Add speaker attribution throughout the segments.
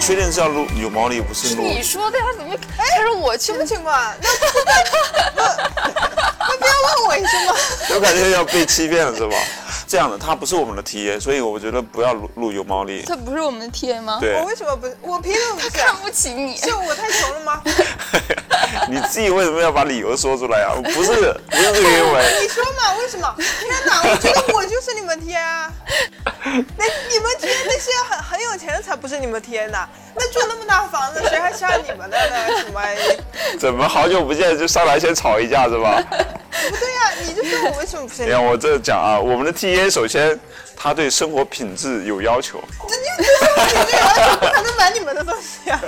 Speaker 1: 确定是要录有毛驴不是鹿？
Speaker 2: 你说的呀？怎么还是我去
Speaker 3: 什？么情况？那那那不要问我一声吗？
Speaker 1: 我感觉要被欺骗了是吧？这样的，他不是我们的 TA，所以我觉得不要录录有毛驴。
Speaker 2: 他不是我们的 TA 吗？
Speaker 1: 对
Speaker 3: 我，为什么不？我凭什么不是
Speaker 2: 看
Speaker 3: 啊？
Speaker 2: 不起你。
Speaker 3: 是我太穷了吗？
Speaker 1: 你自己为什么要把理由说出来啊？不是，不是这个因为。
Speaker 3: 你说嘛？为什么？天哪！我觉得我就是你们 TA 啊！那你们 TA 那些很很有钱的才不是你们 TA 呢？那住那么大房子，谁还是要你们的呢？什么？
Speaker 1: 怎么好久不见就上来先吵一架是吧？
Speaker 3: 不对呀、你就说我为什么不是
Speaker 1: 你
Speaker 3: 你？
Speaker 1: 看我这讲啊，我们的 TA 首先他对生活品质有要求，
Speaker 3: 你就是你这人，他能买你们的东西啊？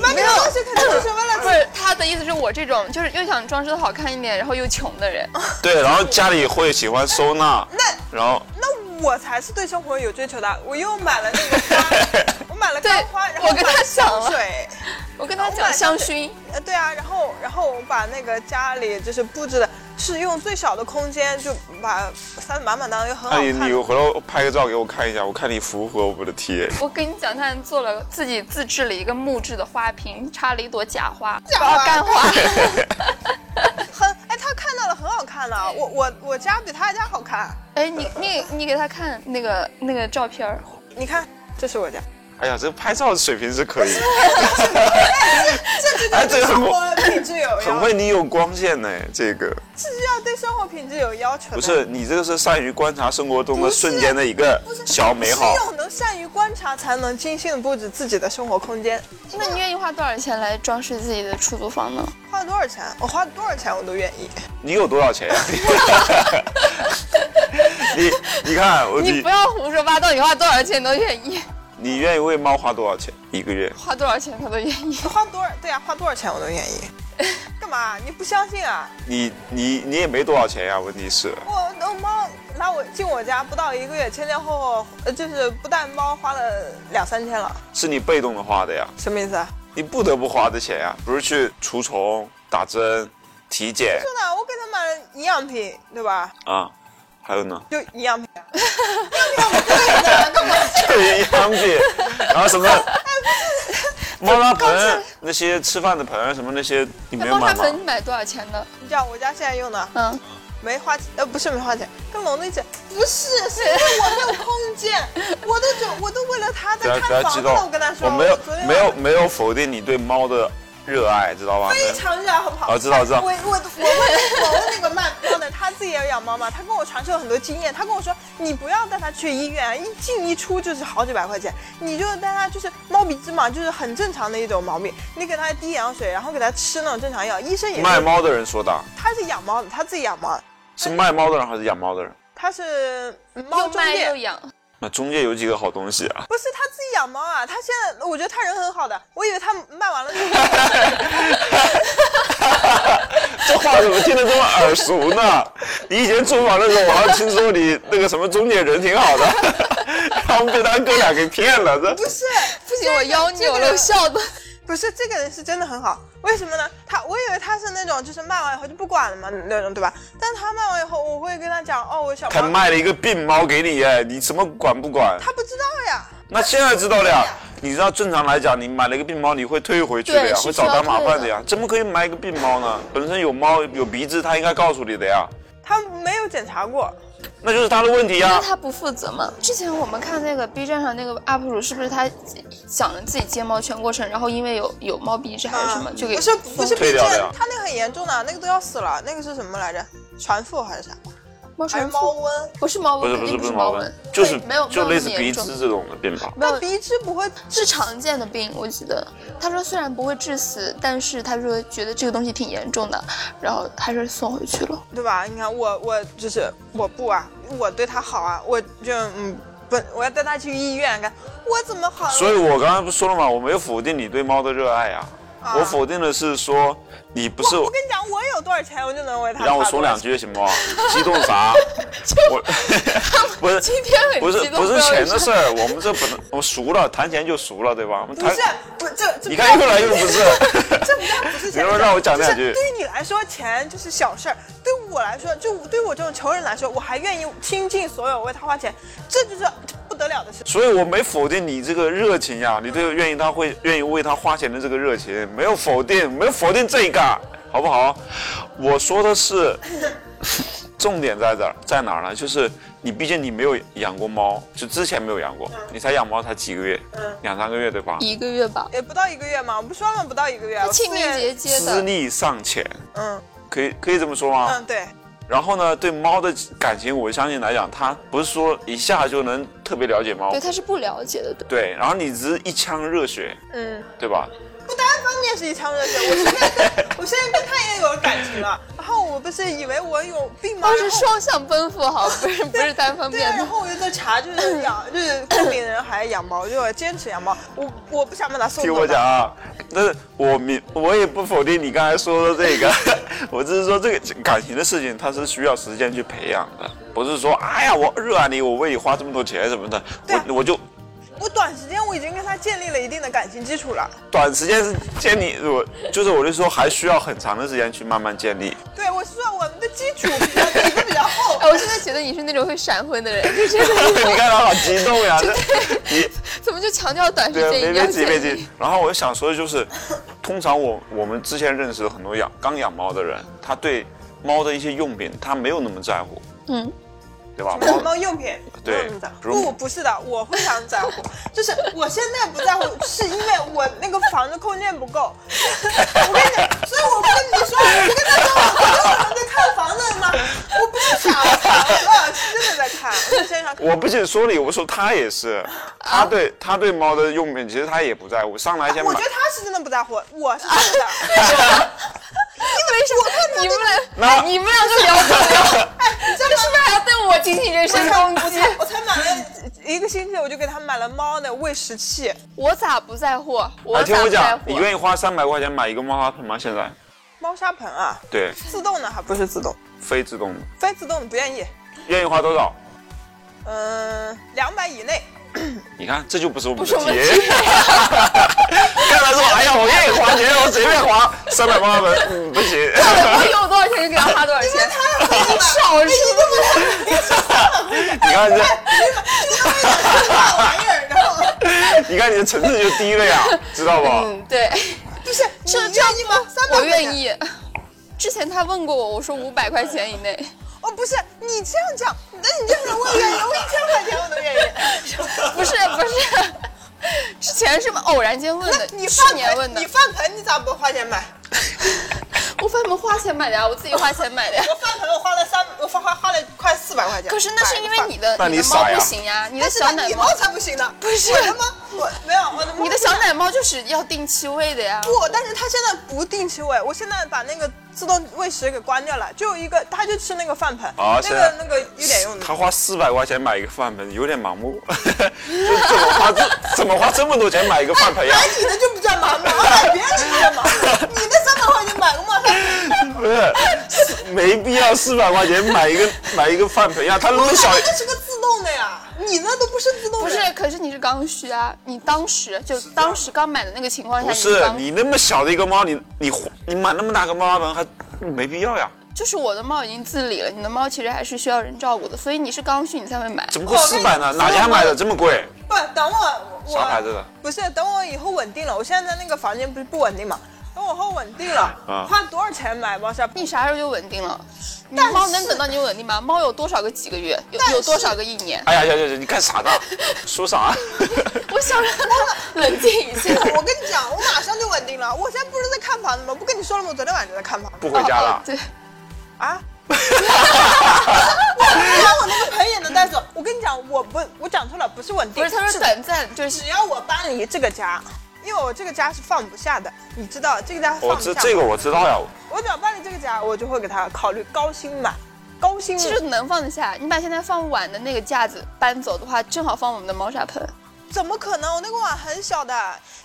Speaker 3: 买你们的东西肯定是什么
Speaker 2: 不
Speaker 3: 了？
Speaker 2: 是他的意思是我这种就是又想装饰的好看一点，然后又穷的人，
Speaker 1: 对，然后家里会喜欢收纳，然后
Speaker 3: 那我才是对生活有追求的，我又买了那个花，我买了干花，
Speaker 2: 对
Speaker 3: 然后
Speaker 2: 我跟他
Speaker 3: 买了
Speaker 2: 想了
Speaker 3: 香水。
Speaker 2: 我跟他
Speaker 3: 我
Speaker 2: 讲
Speaker 3: 买
Speaker 2: 香
Speaker 3: 香水
Speaker 2: 薰，
Speaker 3: 呃，对啊，然后然后我把那个家里就是布置的，是用最小的空间就把塞得满满当当，又很好
Speaker 1: 那你
Speaker 3: 看。
Speaker 1: 哎你回头拍个照给我看一下，我看你符合我们的 TA。
Speaker 2: 我跟你讲，他做了自己自制了一个木质的花瓶，插了一朵假花，
Speaker 3: 假
Speaker 2: 然后
Speaker 3: 花
Speaker 2: 干花。
Speaker 3: 很哎，他看到了很好看的、啊我我我家比他家好看。
Speaker 2: 哎，你你你给他看那个那个照片儿，
Speaker 3: 你看，这是我家，
Speaker 1: 哎呀，这拍照水平是 可以，
Speaker 3: 这
Speaker 1: 哎
Speaker 3: 就
Speaker 1: 这
Speaker 3: 对
Speaker 1: 个
Speaker 3: 生
Speaker 1: 很
Speaker 3: 活品质有
Speaker 1: 很
Speaker 3: 要，
Speaker 1: 为你有光线呢。这个
Speaker 3: 这就要对生活品质有要求的。
Speaker 1: 不是你这个是善于观察生活中的
Speaker 3: 嗯不是啊
Speaker 1: 瞬间的一个
Speaker 3: 不是
Speaker 1: 小美好
Speaker 3: 只。有能善于观察，才能精心的布置自己的生活空间。
Speaker 2: 那你愿意花多少钱来装饰自己的出租房呢？
Speaker 3: 花了多少钱？我花多少钱我都愿意。
Speaker 1: 你有多少 钱呀、啊你你看我
Speaker 2: 你
Speaker 1: 你
Speaker 2: 不要胡说八道，你花多少钱都愿意，
Speaker 1: 你愿意为猫花多少钱一个月？
Speaker 2: 花多少钱他都愿意。
Speaker 3: 花多少？对呀、啊花多少钱我都愿意。干嘛？你不相信啊？
Speaker 1: 你你你也没多少钱呀、问题是，
Speaker 3: 我我猫来我进我家不到一个月，前前后后呃就是不带猫花了两三千了，
Speaker 1: 是你被动的花的呀，
Speaker 3: 什么意思啊？
Speaker 1: 你不得不花的钱呀、不是去除虫、打针、体检
Speaker 3: 真的，我给它买了营养品，对吧？
Speaker 1: 啊，还有呢，
Speaker 3: 就营养品啊，
Speaker 1: 对，营养品，然后什么
Speaker 3: 哎
Speaker 1: 猫砂盆那些吃饭的盆什么那些，你没有
Speaker 2: 猫砂
Speaker 1: 买吗？
Speaker 2: 盆你买多少钱的？
Speaker 3: 你知道我家现在用的
Speaker 2: 嗯，
Speaker 3: 没花钱，呃，不是没花钱，跟笼子一起，不是，是因为我没有空间，我都就我都为了它
Speaker 1: 不要
Speaker 3: 在
Speaker 1: 不
Speaker 3: 看
Speaker 1: 要
Speaker 3: 房
Speaker 1: 激
Speaker 3: 子
Speaker 1: 动
Speaker 3: 了，我跟他说，
Speaker 1: 没有
Speaker 3: 昨天
Speaker 1: 没有没有否定你对猫的热爱，知道吧？
Speaker 3: 非常热，好不好？
Speaker 1: 哦知道知道
Speaker 3: 我我我问我问那个卖猫的，他自己也养猫嘛，他跟我传授了很多经验。他跟我说，你不要带它去医院，一进一出就是好几百块钱，你就带它就是猫鼻子嘛，就是很正常的一种毛病。你给它滴眼药水，然后给它吃那种正常药。医生也
Speaker 1: 卖
Speaker 3: 是，
Speaker 1: 猫的人说的，
Speaker 3: 他是养猫的，他自己养猫的，
Speaker 1: 是卖猫的人还是养猫的人？
Speaker 3: 他是猫
Speaker 2: 又
Speaker 3: 中
Speaker 2: 卖
Speaker 3: 介
Speaker 2: 又，养，
Speaker 1: 那中介有几个好东西啊？
Speaker 3: 不是他自己养猫啊。他现在我觉得他人很好的，我以为他卖完了 那个
Speaker 1: 这话怎么听得这么耳熟 呢？你以前租房的时候，我还听说你那个什么中介人挺好的， 然后被他哥俩给骗了。这
Speaker 3: 不是。
Speaker 2: 不行，我腰
Speaker 3: 这
Speaker 2: 扭
Speaker 3: 个
Speaker 2: 了，我笑的。
Speaker 3: 不是这个人是真的很好，为什么呢？他我以为他是那种就是卖完以后就不管了嘛那种，对吧？但他卖完以后，我会跟他讲，哦，我小
Speaker 1: 他
Speaker 3: 猫，
Speaker 1: 卖了一个病猫给你，哎，你什么管不管？
Speaker 3: 他不知道呀。
Speaker 1: 那现在知道了呀。你知道正常来讲，你买了一个病猫，你会退回去的
Speaker 2: 对
Speaker 1: 呀，
Speaker 2: 是
Speaker 1: 会找他麻烦的
Speaker 2: 需要
Speaker 1: 呀。怎么可以买一个病猫呢？本身有猫有鼻子，他应该告诉你的呀。
Speaker 3: 他没有检查过，
Speaker 1: 那就是他的问题
Speaker 2: 那
Speaker 1: 呀。
Speaker 2: 他不负责嘛？之前我们看那个 B 站上那个 UP 主，是不是他想着自己接猫全过程，然后因为有有猫鼻子还是什么，就给
Speaker 3: 啊不是不是
Speaker 1: 退
Speaker 3: 病
Speaker 1: 掉了呀
Speaker 3: 症，他那个很严重的，那个都要死了，那个是什么来着？传腹还是啥？
Speaker 2: 猫
Speaker 3: 还是
Speaker 2: 传
Speaker 3: 猫
Speaker 2: 腹，
Speaker 3: 瘟？
Speaker 2: 不是猫
Speaker 1: 不
Speaker 2: 瘟，
Speaker 1: 是
Speaker 2: 肯
Speaker 1: 不是
Speaker 2: 定
Speaker 1: 不是
Speaker 2: 猫
Speaker 1: 猫
Speaker 2: 瘟
Speaker 1: 瘟，，就是
Speaker 2: 对没有没有
Speaker 1: 就
Speaker 2: 那
Speaker 1: 类
Speaker 2: 么
Speaker 1: 似鼻
Speaker 2: 严重
Speaker 1: 支这种的病吧。
Speaker 2: 没
Speaker 3: 那
Speaker 2: 有
Speaker 3: 鼻支不会
Speaker 2: 是常见的病，我记得。他说虽然不会致死，但是他说觉得这个东西挺严重的，然后还是送回去了。
Speaker 3: 对吧？你看我我就是我不啊，我对他好啊，我就嗯不，我要带他去医院看，我怎么好了？
Speaker 1: 所以我刚才不说了吗？我没有否定你对猫的热爱呀，
Speaker 3: 啊
Speaker 1: 我否定的是说你不是。
Speaker 3: 我跟你讲，我有多少钱，我就能为他。
Speaker 1: 让我说两。句行 不？激动啥？我不是
Speaker 2: 今天很
Speaker 1: 不是
Speaker 2: 激动
Speaker 1: 不是
Speaker 2: 知道为
Speaker 1: 钱的
Speaker 2: 啥
Speaker 1: 事儿，我们这本来我熟了，谈钱就熟了，对吧？我们
Speaker 3: 不
Speaker 1: 谈
Speaker 3: 是，
Speaker 2: 啊
Speaker 3: 不这这
Speaker 1: 你看又来又不是，
Speaker 3: 这不叫不是 钱，
Speaker 1: 你说让我讲两句
Speaker 3: 就是对于你来说，钱就是小事儿；对我来说，就对我这种穷人来说，我还愿意倾尽所有为他花钱，这就是不得了的事。
Speaker 1: 所以我没否定你这个热情呀、
Speaker 2: 嗯
Speaker 1: 你这个愿意他会愿意为他花钱的这个热情，没有否定，没有否定这个，好不好？我说的是， 重点在这儿，在哪儿呢？就是你毕竟你没有养过猫，就之前没有养过，你才养猫才几个月，两三个月对吧？
Speaker 2: 嗯一个月吧。
Speaker 3: 也不到一个月嘛，我不说了吗？不到一个月，
Speaker 2: 他
Speaker 3: 我
Speaker 2: 清明
Speaker 3: 四
Speaker 2: 节，
Speaker 3: 月
Speaker 2: 接
Speaker 1: 资
Speaker 2: 的，
Speaker 1: 历尚浅，
Speaker 3: 嗯
Speaker 1: 可以可以这么说吗？
Speaker 3: 嗯，对，
Speaker 1: 然后呢，对猫的感情，我相信来讲，它不是说一下就能特别了解猫
Speaker 2: 对，，他是不了解的，对。
Speaker 1: 对。然后你只是一腔热血，
Speaker 3: 嗯，
Speaker 1: 对吧？
Speaker 3: 方面是一腔热血。我现在跟我现在跟他也有感情了，然后我不是以为我有病吗？
Speaker 2: 他
Speaker 3: 然
Speaker 2: 哦是
Speaker 3: 后
Speaker 2: 双向奔赴，好，不是不是单方
Speaker 3: 对啊，
Speaker 2: 面
Speaker 3: 然
Speaker 2: 的。
Speaker 3: 后我就在查，就是养，就是昆明的人还养猫，就我坚持养猫。我我不想把它送
Speaker 1: 听
Speaker 3: 走。
Speaker 1: 我讲，啊，但是我明我也不否定你刚才说的这个， 我只是说这个感情的事情，它是需要时间去培养的，不是说哎呀我热爱你，我为你花这么多钱什么的，
Speaker 3: 对啊
Speaker 1: 我我就
Speaker 3: 我短时间我已经跟他建立了一定的感情基础了。
Speaker 1: 短时间是建立，我就是我就说还需要很长的时间去慢慢建立。
Speaker 3: 对，我是说我们的基础比较底子比较厚。
Speaker 2: 哎，我现在觉得你是那种会闪婚的人，就真的
Speaker 1: 你看他好激动 呀，这你
Speaker 2: 怎么就强调短时
Speaker 1: 对，
Speaker 2: 间一
Speaker 1: 别
Speaker 2: 定要
Speaker 1: 别急
Speaker 2: 建
Speaker 1: 别
Speaker 2: 立？
Speaker 1: 急。然后我想说的就是，通常我我们之前认识的很多养刚养猫的人，他对猫的一些用品他没有那么在乎，
Speaker 2: 嗯，
Speaker 1: 对吧？
Speaker 3: 什
Speaker 1: 猫
Speaker 3: 么用品？
Speaker 1: 对
Speaker 3: 没有那么在乎
Speaker 1: 如
Speaker 3: 不，不是的，我非常在乎。就是我现在不在乎，是因为我那个房子空间不够。我跟你讲，所以我跟你说，我跟他说，我我们在看房子吗？我不是傻 房子，是真的在看，我是真的。
Speaker 1: 我不仅说你，我说他也是，
Speaker 2: 啊
Speaker 1: 他对他对猫的用品其实他也不在乎，上来先
Speaker 3: 我
Speaker 1: 买
Speaker 3: 觉。得他是真的不在乎，我是真 的。
Speaker 2: 为什么你们
Speaker 1: 那
Speaker 2: 俩哎你们俩就聊不 了？哎，这是不是还要对我进行人身攻
Speaker 3: 我
Speaker 2: 击？
Speaker 3: 才我才买了一个星期，我就给他买了猫的喂食器。
Speaker 2: 我咋不在乎？
Speaker 1: 哎，
Speaker 2: 我
Speaker 1: 听
Speaker 2: 咋
Speaker 1: 我
Speaker 2: 不在
Speaker 1: 讲，
Speaker 2: 乎
Speaker 1: 你？愿意花三百块钱买一个猫砂盆吗？现在
Speaker 3: 猫砂盆啊，
Speaker 1: 对，
Speaker 3: 自动的还不是自动，
Speaker 1: 非自动的，
Speaker 3: 非自动的不愿意。
Speaker 1: 愿意花多少？
Speaker 3: 嗯、2两百以 内。
Speaker 1: 你看，这就不是我们
Speaker 2: 是
Speaker 1: 的
Speaker 2: 我们
Speaker 1: 题。 刚才说，哎呀，我愿意花钱，我随便花，三百猫砂盆，嗯，不 行。
Speaker 2: 我有多少钱就给他花多少钱，你少说。
Speaker 1: 你看这。
Speaker 3: 大玩意儿，然后
Speaker 1: 你看你的层次就低了 呀，知道不？
Speaker 2: 嗯，对，
Speaker 3: 不是
Speaker 2: 是
Speaker 3: 你
Speaker 2: 这样
Speaker 3: 愿意吗？三百
Speaker 2: 我愿。意。之前他问过我，我说五百块钱以内。
Speaker 3: 哦，不是你这样讲，那你这样讲我也愿意，我一千块钱我都愿意。
Speaker 2: 不是不是， 之前是偶然间问的，
Speaker 3: 你
Speaker 2: 去
Speaker 3: 饭
Speaker 2: 年问
Speaker 3: 盆，
Speaker 2: 的
Speaker 3: 你。饭盆你咋不花钱买？
Speaker 2: 我专门花钱买的呀，我自己花钱买的呀。
Speaker 3: 我饭盆我花了三，我花花花了快四百块钱。
Speaker 2: 可是那是因为你的
Speaker 1: 那你
Speaker 2: 的猫
Speaker 1: 傻呀
Speaker 2: 不行呀，你的
Speaker 3: 但是
Speaker 2: 小奶
Speaker 3: 你
Speaker 2: 猫
Speaker 3: 猫，才不行呢，不
Speaker 2: 是
Speaker 3: 我的猫，我没有我的猫。
Speaker 2: 你的小奶猫就是要定期喂的呀。
Speaker 3: 不，但是它现在不定期喂，我现在把那个自动喂食给关掉了，就有一个，它就吃那个饭盆，
Speaker 1: 啊
Speaker 3: 那
Speaker 1: 现在
Speaker 3: 个那个有点用的。
Speaker 1: 他花四百块钱买一个饭盆，有点盲目。 就怎么花这怎么花这么多钱买一个饭盆 呀？
Speaker 3: 买你的就不叫 盲目，买哎别人的就叫盲目。你那三百块钱买个猫 砂盆，
Speaker 1: 不是，没必要四百块钱买一个买一个饭盆呀。他那么小
Speaker 3: 买，的是个自动的呀，你那都不是自动的。
Speaker 2: 不是，可是你是刚需啊！你当时就当时刚买的那个情况下，
Speaker 1: 不
Speaker 2: 你
Speaker 1: 是
Speaker 2: 刚
Speaker 1: 你那么小的一个猫，你你花你买那么大个猫砂盆还没必要呀？
Speaker 2: 就是我的猫已经自理了，你的猫其实还是需要人照顾的，所以你是刚需，你才会买。
Speaker 1: 怎么会四百呢？哪家买的这么贵？
Speaker 3: 不等我，我
Speaker 1: 啥牌子的？
Speaker 3: 不是等我以后稳定了，我现在在那个房间不是不稳定嘛？等我以后稳定了，
Speaker 1: 啊
Speaker 3: 花多少钱买猫砂盆？
Speaker 2: 你啥时候就稳定了？你
Speaker 3: 但是
Speaker 2: 猫能等到你稳定吗？猫有多少个几个月？有
Speaker 3: 但是
Speaker 2: 有多少个一年？
Speaker 1: 哎呀呀呀呀！你干啥呢？说啥？
Speaker 2: 我想让它冷静一下。
Speaker 3: 我跟你讲，我马上就稳定了。我现在不是在看房子吗？不跟你说了吗？我昨天晚上就在看房子
Speaker 1: 不回家
Speaker 2: 哦
Speaker 1: 了
Speaker 2: 哦？对，
Speaker 3: 啊。我把我那个盆也能带走。我跟你讲，我不，我讲错了，不是稳 定，
Speaker 2: 不是，他说短暂，就是
Speaker 3: 只要我搬离这个家，因为我这个家是放不下的，你知道这个家是放
Speaker 1: 我
Speaker 3: 不下
Speaker 1: 知
Speaker 3: 的。
Speaker 1: 这个我知道呀。
Speaker 3: 我只要搬离这个家，我就会给他考虑高薪买，高薪
Speaker 2: 其实能放得下。你把现在放碗的那个架子搬走的话，正好放我们的猫砂盆。
Speaker 3: 怎么可能？我那个碗很小的，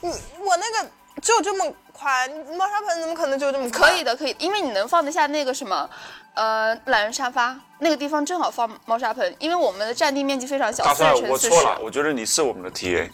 Speaker 3: 你我那个只有这么宽，猫砂盆怎么可能只有这么宽？
Speaker 2: 可以的，可以，因为你能放得下那个什么，呃，懒人沙发那个地方正好放猫砂盆，因为我们的占地面积非常小，
Speaker 1: 大
Speaker 2: 四
Speaker 1: 帅
Speaker 2: 十，乘
Speaker 1: 我
Speaker 2: 四
Speaker 1: 错
Speaker 2: 十。
Speaker 1: 了，我觉得你是我们的 TA，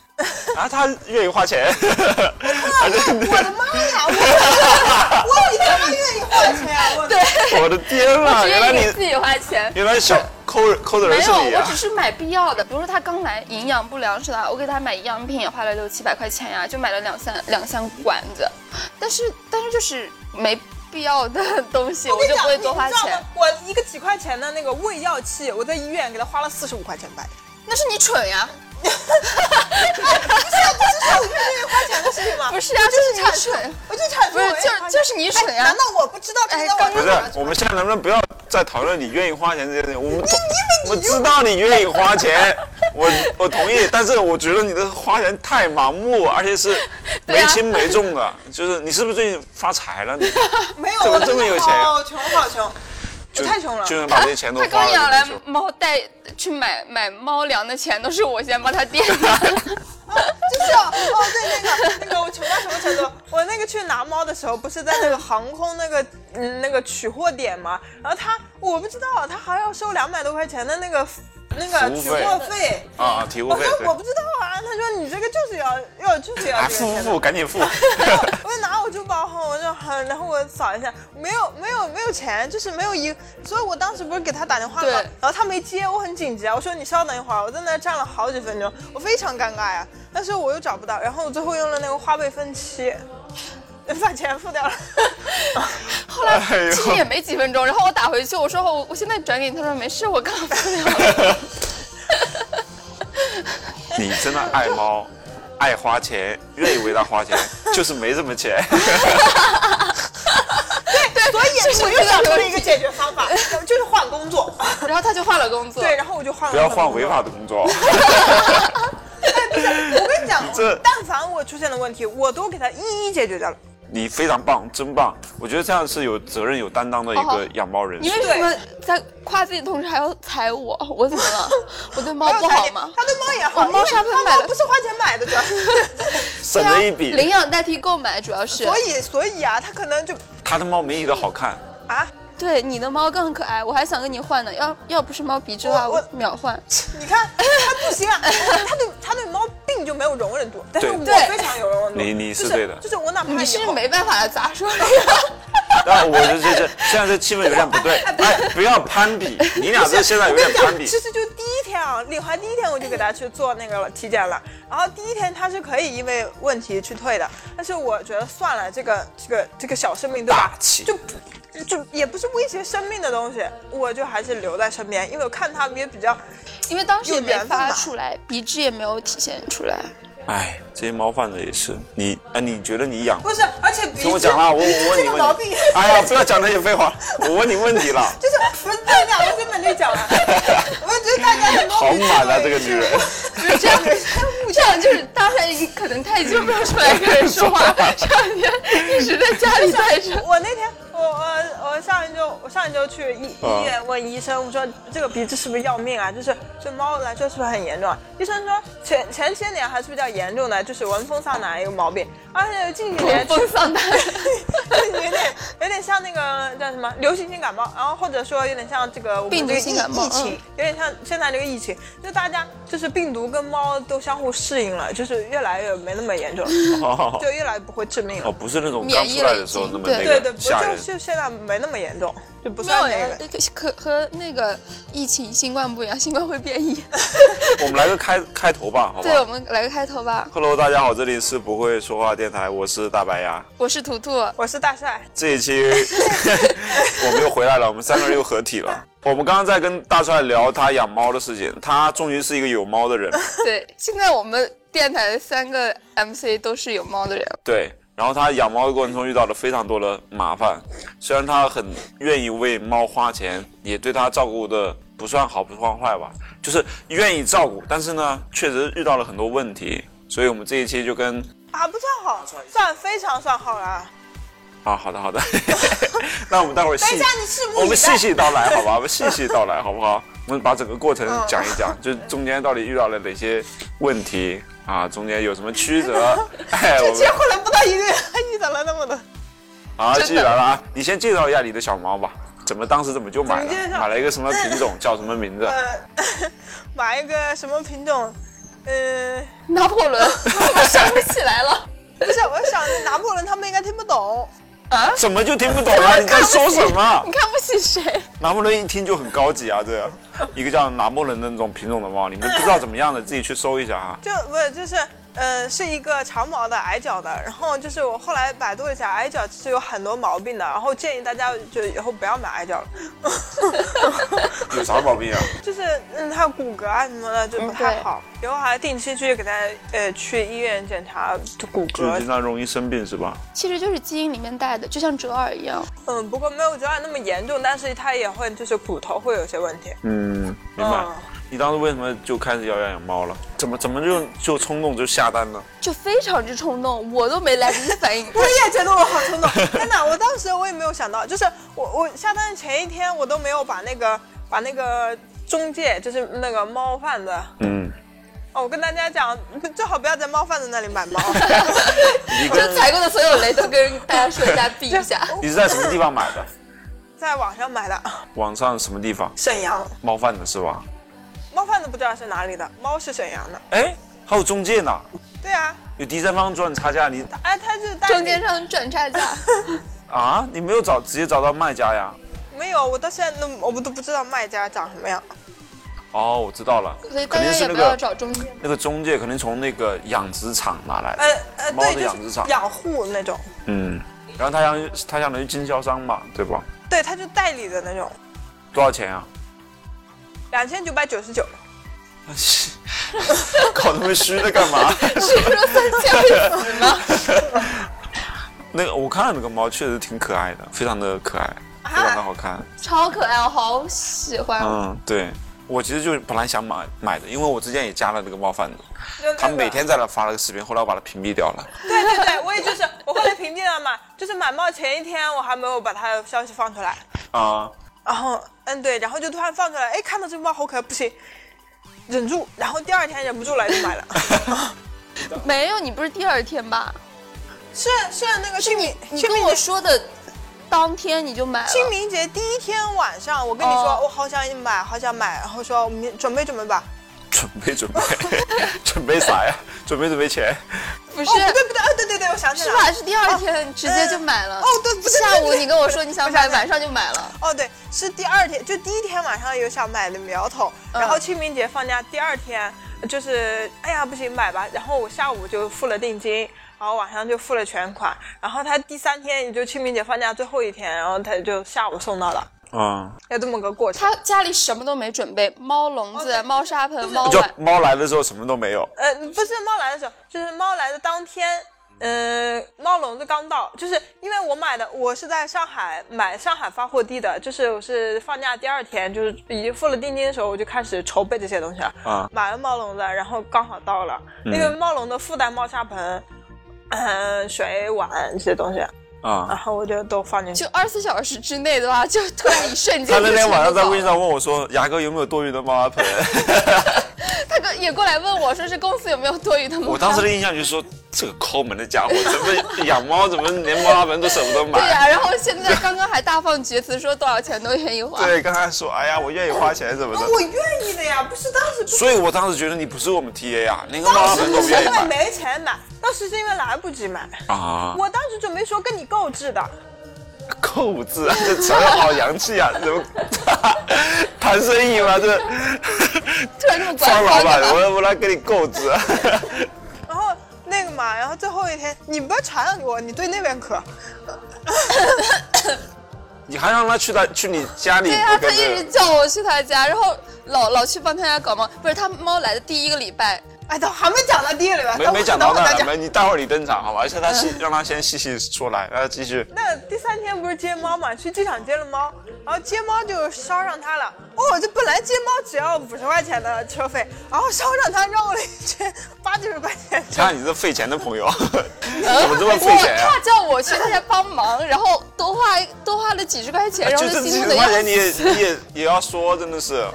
Speaker 1: 啊，他愿意花钱，
Speaker 3: 我的妈呀！我 我比他妈愿意花钱，我
Speaker 2: 对，
Speaker 1: 我的天
Speaker 2: 我
Speaker 1: 呐，
Speaker 2: 直
Speaker 1: 原来
Speaker 2: 接给
Speaker 1: 你
Speaker 2: 自己花钱。
Speaker 1: 原来小抠人抠的人
Speaker 2: 没
Speaker 1: 是
Speaker 2: 有，
Speaker 1: 你
Speaker 2: 我
Speaker 1: 啊
Speaker 2: 只！是买必要的，比如说他刚来营养不良是吧？我给他买营养品也花了六七百块钱呀、就买了两三两箱管子，但是但是就是没必要的东西，我
Speaker 3: 跟你
Speaker 2: 就不
Speaker 3: 讲，
Speaker 2: 会
Speaker 3: 你
Speaker 2: 多花
Speaker 3: 知道
Speaker 2: 钱
Speaker 3: 吗。？我一个几块钱的那个胃药器，我在医院给他花了四十五块钱 买。
Speaker 2: 那是你蠢呀，
Speaker 3: 不是啊，不是说我愿不愿意花钱的事情吗？
Speaker 2: 不啊是呀、
Speaker 3: 就是
Speaker 2: 这
Speaker 3: 产
Speaker 2: 是
Speaker 3: 生
Speaker 2: 你蠢。，
Speaker 3: 我就产生
Speaker 2: 不是
Speaker 3: 我愿意
Speaker 2: 就
Speaker 3: 花钱
Speaker 2: 就是你蠢呀
Speaker 3: 哎难道我不知道这
Speaker 2: 哎
Speaker 3: 个
Speaker 2: 刚刚
Speaker 3: 我
Speaker 1: 不是，我们现在能不能不要再讨论你愿意花钱这件事情？我们我知道你愿意花钱，我我同意，但是我觉得你的花钱太盲目，而且是
Speaker 2: 对
Speaker 1: 没
Speaker 2: 啊
Speaker 1: 轻没重的，就是你是不是最近发财了？你
Speaker 3: 没有，
Speaker 1: 怎么
Speaker 3: 我真
Speaker 1: 这么有
Speaker 3: 的
Speaker 1: 钱
Speaker 3: 好穷，好穷，我
Speaker 1: 就
Speaker 3: 太穷了
Speaker 1: 就。能把这些钱都
Speaker 2: 他
Speaker 1: 花
Speaker 2: 刚
Speaker 1: 了。
Speaker 2: 养来
Speaker 1: 就
Speaker 2: 猫带去买买猫粮的钱都是我先帮他垫的。
Speaker 3: 就是哦，哦对，那个那个，我穷到什么程度？ 我那个去拿猫的时候，不是在那个航空那个嗯那个取货点嘛，然后他我不知道，他还要收两百多块钱的那个那个
Speaker 1: 服务
Speaker 3: 取
Speaker 1: 费
Speaker 3: 货费。
Speaker 1: 啊啊，提过
Speaker 3: 我
Speaker 1: 费，
Speaker 3: 说
Speaker 1: 对
Speaker 3: 我不知道啊，他说你这个就是要要就是要
Speaker 1: 啊，
Speaker 3: 这个
Speaker 1: 付付
Speaker 3: 钱的。
Speaker 1: 付，赶紧付。
Speaker 3: 我就拿我就包好，我就很，然后我扫一下，没有没有没有钱，就是没有一，所以我当时不是给他打电话吗？
Speaker 2: 对
Speaker 3: 然后他没接，我很紧急啊，我说你稍等一会儿，我在那站了好几分钟，我非常尴尬呀、但是我又找不到，然后我最后用了那个花呗分期， 把钱付掉了。
Speaker 2: 后来
Speaker 1: 哎呦
Speaker 2: 其实也没几分钟，然后我打回去，我说我我现在转给你，他说没事，我 刚付掉了。
Speaker 1: 你真的爱猫，爱花钱，愿意为它 花钱，就是没什么钱。
Speaker 3: 所以我又想出了一个解决方法，就是换工作。
Speaker 2: 然后他就换了工作。
Speaker 3: 对，然后我就换了。
Speaker 1: 不要换违法的工作。
Speaker 3: 我跟你讲
Speaker 1: 这，
Speaker 3: 但凡我出现了问题，我都给他一一解决掉了。
Speaker 1: 你非常棒，真棒！我觉得这样是有责任、有担当的一
Speaker 2: 好好
Speaker 1: 个
Speaker 3: 哦
Speaker 1: 养猫人
Speaker 2: 你
Speaker 1: 士。
Speaker 2: 为什么在夸自己的同时还要踩我？我怎么 了？我对哦猫不好吗？
Speaker 3: 他对猫也好，
Speaker 2: 我猫砂盆买的
Speaker 3: 不是花钱买的，主要是。
Speaker 1: 省了一笔。
Speaker 2: 啊
Speaker 3: 啊
Speaker 2: 领养代替购买，主要是。
Speaker 3: 所以，所以啊，他可能就
Speaker 1: 他的猫没你的好看，
Speaker 3: 啊，
Speaker 2: 对你的猫更可爱，我还想跟你换呢。要要不是猫鼻子的话，
Speaker 3: 我我
Speaker 2: 我秒换。
Speaker 3: 你看他不行啊，他对他对猫病就没有容忍度，但是我
Speaker 1: 对
Speaker 3: 非常有容忍度。
Speaker 1: 你你
Speaker 3: 就是
Speaker 1: 对的
Speaker 3: 就是我哪怕
Speaker 2: 你
Speaker 3: 以
Speaker 2: 是
Speaker 3: 后
Speaker 2: 没办法的，咋 说呢？
Speaker 1: 但我这这这现在这气氛有点不 对。哎，不要攀比，你俩这现在有点攀比
Speaker 3: 啊其。实 就第一天啊，领回来第一天我就给他去做那个体检了，然后第一天他是可以因为问题去退的，但是我觉得算了，这个这个这个小生命对吧
Speaker 1: 大？气
Speaker 3: 就不就也不是威胁生命的东西，我就还是留在身边，因为我看他们也比较，
Speaker 2: 因为当时也
Speaker 3: 有
Speaker 2: 没
Speaker 3: 缘分吧
Speaker 2: 发出来，鼻子也没有体现出来。
Speaker 1: 哎，这些猫贩子也是你哎，你觉得你养？
Speaker 3: 不是，而且鼻
Speaker 1: 听我讲啊，我我问
Speaker 3: 这
Speaker 1: 你
Speaker 3: 个
Speaker 1: 问
Speaker 3: 毛病
Speaker 1: 题。哎呀，不要讲那些废话，我问你问题了。
Speaker 3: 就是不是这两个根本就讲了， 啊我觉得大家很多
Speaker 1: 好满
Speaker 3: 哎
Speaker 1: 啊，这个女 人。
Speaker 2: 就是这 样，这样就是当然可能太久没有出来跟人说 话，这两天一直在家里待 着。
Speaker 3: 我那天我我我上一周我上一周去医
Speaker 1: 啊
Speaker 3: 医院问医生，我说这个鼻子是不是要命啊？就是对猫来说是不是很严重啊？医生说前前些年还是比较严重的，就是闻风丧胆一个毛病，而且近几年
Speaker 2: 闻风丧 胆，
Speaker 3: 有点有点像那个叫什么流行性感冒，然后或者说有点像这个我们
Speaker 2: 病毒
Speaker 3: 这个
Speaker 2: 性
Speaker 3: 疫
Speaker 2: 感冒
Speaker 3: 疫情，
Speaker 2: 嗯
Speaker 3: 有点像现在这个疫情，就大家就是病毒跟猫都相互适应了，就是越来越没那么严重，
Speaker 1: 哦
Speaker 3: 就越来越不会致命了
Speaker 1: 哦，。不是那种刚
Speaker 2: 免疫
Speaker 1: 出来
Speaker 2: 了
Speaker 1: 的
Speaker 2: 已
Speaker 1: 时候
Speaker 2: 经
Speaker 1: 那么
Speaker 2: 对
Speaker 1: 那
Speaker 3: 对对，
Speaker 1: 个
Speaker 3: 不
Speaker 1: 吓
Speaker 3: 就
Speaker 1: 人。
Speaker 3: 就现在没那么严重，就不
Speaker 2: 没有
Speaker 3: 算
Speaker 2: 呀
Speaker 3: 那，个。
Speaker 2: 那个可和那个疫情新冠不一样，新冠会变 异。
Speaker 1: 我们来个开开头吧，好吧
Speaker 2: 对，我们来个开头吧。
Speaker 1: ？Hello，大家好，这里是不会说话电台，我是大白牙。
Speaker 2: 我是图 图，
Speaker 3: 我是大帅，
Speaker 1: 这一 期我们又回来了，我们三个人又合体了。我们刚刚在跟大帅聊他养猫的事情，他终于是一个有猫的人，
Speaker 2: 对，现在我们电台的三个 MC 都是有猫的人，
Speaker 1: 对。然后他养猫的过程中遇到了非常多的麻烦，虽然他很愿意为猫花钱，也对它照顾的不算好不算坏吧，就是愿意照顾，但是呢，确实遇到了很多问题。所以我们这一期就跟
Speaker 3: 啊，不算好，算非常算好了。
Speaker 1: 啊，好的好 的，那我们待会儿
Speaker 3: 等
Speaker 1: 细
Speaker 3: 一下，你拭目以待。
Speaker 1: 我们细细道来，好 吧？我们细细道来，好不好？我们把整个过程
Speaker 3: 嗯
Speaker 1: 讲一讲，就是中间到底遇到了哪些问题啊？中间有什么曲 折？哎，我
Speaker 3: 结
Speaker 1: 们
Speaker 3: 婚了不到一个月， 遇到了那么多。
Speaker 1: 好，
Speaker 2: 真的
Speaker 1: 记得了啊！你先介绍一下你的小猫吧，怎么当时怎么就买
Speaker 3: 怎么
Speaker 1: 了？
Speaker 3: 介绍
Speaker 1: 买了一个什么品种，叫什么名字？
Speaker 3: 呃， 买一个什么品种？呃，
Speaker 2: 拿破仑，我想不起来了。
Speaker 3: 不是，我想着拿破仑他们应该听不懂。
Speaker 2: 啊
Speaker 1: 怎么就听不懂了？你在说什么
Speaker 2: 你？看不起谁？
Speaker 1: 拿破仑一听就很高级啊，这个一个叫拿破仑的那种品种的猫，你们不知道怎么样的，自己去搜一下啊。
Speaker 3: 就不是就是，呃，是一个长毛的矮脚的，然后就是我后来百度了一下，矮脚是有很多毛病的，然后建议大家就以后不要买矮脚了，
Speaker 1: 有啥毛病啊？
Speaker 3: 就是嗯，它骨骼啊什么的
Speaker 2: 嗯
Speaker 3: 就不太好，以后还定期去给它呃去医院检查骨
Speaker 1: 就是
Speaker 3: 骼
Speaker 1: 经，常容易生病是吧？
Speaker 2: 其实就是基因里面带的，就像折耳一样。
Speaker 3: 嗯，不过没有折耳那么严重，但是它也会就是骨头会有些问题，
Speaker 1: 嗯，明白
Speaker 3: 嗯。
Speaker 1: 你当时为什么就开始要养猫了？怎么怎么就就冲动就下单呢？
Speaker 2: 就非常之冲动，我都没来得及反应。
Speaker 3: 我也觉得我好冲动， 真的，我当时我也没有想到，就是我我下单前一天我都没有把那个把那个中介，就是那个猫贩子。
Speaker 1: 嗯，
Speaker 3: 哦，我跟大家讲，最好不要在猫贩子那里买 猫。
Speaker 1: 你
Speaker 2: 就
Speaker 1: 跟
Speaker 2: 采购的所有雷都跟大家说一下，避一 下。
Speaker 1: 你是在什么地方买的？
Speaker 3: 在网上买的，
Speaker 1: 网上什么地方？
Speaker 3: 沈阳
Speaker 1: 猫贩子是吧？
Speaker 3: 猫贩子不知道是哪里的，猫是沈阳的。
Speaker 1: 哎，还有中介呢，
Speaker 3: 对啊，
Speaker 1: 有第三方赚差价，你
Speaker 3: 哎，他是代理
Speaker 2: 中间商转差价，
Speaker 1: 啊，你没有找直接找到卖家呀？
Speaker 3: 没有，我到现在都我们都不知道卖家长什么样。
Speaker 1: 哦，我知道了，
Speaker 2: 所以大
Speaker 1: 肯
Speaker 2: 家
Speaker 1: 定
Speaker 2: 也
Speaker 1: 是
Speaker 2: 不
Speaker 1: 那
Speaker 2: 要
Speaker 1: 个
Speaker 2: 找中间。
Speaker 1: 那个中介，肯定从那个养殖场拿来的。
Speaker 3: 呃呃，
Speaker 1: 猫的
Speaker 3: 对，就
Speaker 1: 养殖场
Speaker 3: 是养护那种，
Speaker 1: 嗯，然后他相他相当于经销商嘛，对吧？
Speaker 3: 对，他就代理的那种，
Speaker 1: 多少钱啊？
Speaker 3: 两千九百九十九。
Speaker 1: 搞那么虚的干嘛？
Speaker 2: 谁说三千会死吗？
Speaker 1: 那个我看了那个猫，确实挺可爱的，非常的可爱，非常的好看。
Speaker 2: 超可爱，我好喜欢。
Speaker 1: 嗯，对，我其实就是本来想买买的，因为我之前也加了那个猫贩子，
Speaker 3: 就那 个
Speaker 1: 他每天在那发了个视频，后来我把他屏蔽掉了。
Speaker 3: 对对对，我也就是我后来平静了嘛， 就是买猫前一天我还没有把他的消息放出来，
Speaker 1: 啊、
Speaker 3: 然后嗯对，然后就突然放出来，哎，看到这猫好可爱，不行，忍住，然后第二天忍不住了就买 了，
Speaker 2: 没有，你不是第二天吧？
Speaker 3: 是是那个清明
Speaker 2: 你
Speaker 3: 清
Speaker 2: 跟
Speaker 3: 明
Speaker 2: 我
Speaker 3: 节
Speaker 2: 说的当天你就买了。
Speaker 3: 清明节第一天晚上，我跟你说
Speaker 2: 哦，
Speaker 3: 我好想买，好想买，然后说我们准备准备吧，
Speaker 1: 准备准备， 准备啥呀？准备准备钱。
Speaker 2: 不是
Speaker 3: 哦，不对不对，哦对对对，我想起
Speaker 2: 是
Speaker 3: 来
Speaker 2: 吧？
Speaker 3: 了。
Speaker 2: 是第二天直接就买了。
Speaker 3: 哦对不对
Speaker 2: 下午
Speaker 3: 对对
Speaker 2: 你跟我说你想
Speaker 3: 我
Speaker 2: 买，
Speaker 3: 想起来
Speaker 2: 晚上就买了。
Speaker 3: 哦，对，是第二天，就第一天晚上有想买的苗头，
Speaker 2: 嗯
Speaker 3: 然后清明节放假第二天，就是哎呀不行买吧，然后我下午就付了定金，然后晚上就付了全款，然后他第三天也就清明节放假最后一天，然后他就下午送到了，
Speaker 1: 啊、
Speaker 3: 有这么个过程。
Speaker 2: 他家里什么都没准备，猫笼
Speaker 3: 哦
Speaker 2: 子、
Speaker 3: 对
Speaker 2: 猫砂盆、猫
Speaker 1: 就
Speaker 2: 碗，
Speaker 1: 猫来的时候什么都没有。
Speaker 3: 呃，不是猫来的时候，就是猫来的当天，呃，猫笼子刚到，就是因为我买的，我是在上海买上海发货地的，就是我是放假第二天，就是已经付了定金的时候，我就开始筹备这些东西了。
Speaker 1: 啊嗯
Speaker 3: 买了猫笼子，然后刚好到了，那个猫笼子附带猫砂盆。嗯，水碗这些东西，然
Speaker 1: 啊！
Speaker 3: 后我就都放进去。
Speaker 2: 就二十四小时之内的话，就突然一瞬间。
Speaker 1: 他那天晚上在微信，上问我说：“牙哥有没有多余的猫砂啊盆
Speaker 2: 他哥也过来问我，说是公司有没有多余的？”猫砂 盆。
Speaker 1: 我当时的印象就是说，这个抠门的家伙，怎么养猫怎么连猫砂盆都舍不得
Speaker 2: 对
Speaker 1: 买？
Speaker 2: 呀、然后现在刚刚还大放厥词，说多少钱都愿意花。
Speaker 1: 对，刚才说，哎呀，我愿意花钱什 么的。
Speaker 3: 我愿意的呀，不是当时不
Speaker 1: 所以我当时觉得你不是我们 TA 啊，连个猫砂盆都不
Speaker 3: 是
Speaker 1: 愿意
Speaker 3: 因为
Speaker 1: 买
Speaker 3: 没钱买，当时是因为来不及买。
Speaker 1: 啊！
Speaker 3: 我当时准备说跟你购置的，
Speaker 1: 扣字啊，这词儿好洋气啊！怎么 谈生意吗？这
Speaker 2: 突然 这么
Speaker 1: 方
Speaker 2: 官方
Speaker 1: 老板，
Speaker 2: 的吗，
Speaker 1: 我我来给你扣字啊。
Speaker 3: 然后那个嘛，然后最后一天，你不要传染给我，你对那边咳。
Speaker 1: 你还让他去他去你家里？
Speaker 2: 对呀、
Speaker 1: 不
Speaker 2: 他
Speaker 1: 跟
Speaker 2: 一
Speaker 1: 着
Speaker 2: 直叫我去他家，然后老老去帮他家搞猫，不是他猫来的第一个礼拜，
Speaker 3: 哎，都还没讲到第二个吧？
Speaker 1: 没
Speaker 3: 等会
Speaker 1: 没讲到
Speaker 3: 等
Speaker 1: 那
Speaker 3: 会再
Speaker 1: 儿，
Speaker 3: 讲。
Speaker 1: 没你待会儿你登场好吧？而且他细
Speaker 2: 嗯
Speaker 1: 让他先细细说来，然后继续。
Speaker 3: 那第三天不是接猫嘛，去机场接了猫，然后接猫就捎上它了。哦，这本来接猫只要五十块钱的车费，然后捎上它绕了一圈八九十块钱
Speaker 1: 你看你这费钱的朋 友，怎么这么费
Speaker 2: 我
Speaker 1: 钱啊
Speaker 2: 呃他叫我去他家帮忙，然后多花多花了几十块钱，然后
Speaker 1: 啊哎就
Speaker 2: 就
Speaker 1: 这几
Speaker 2: 辛
Speaker 1: 十
Speaker 2: 苦的
Speaker 1: 块
Speaker 2: 要
Speaker 1: 钱你也
Speaker 2: 死。
Speaker 1: 你也也要说，真的是。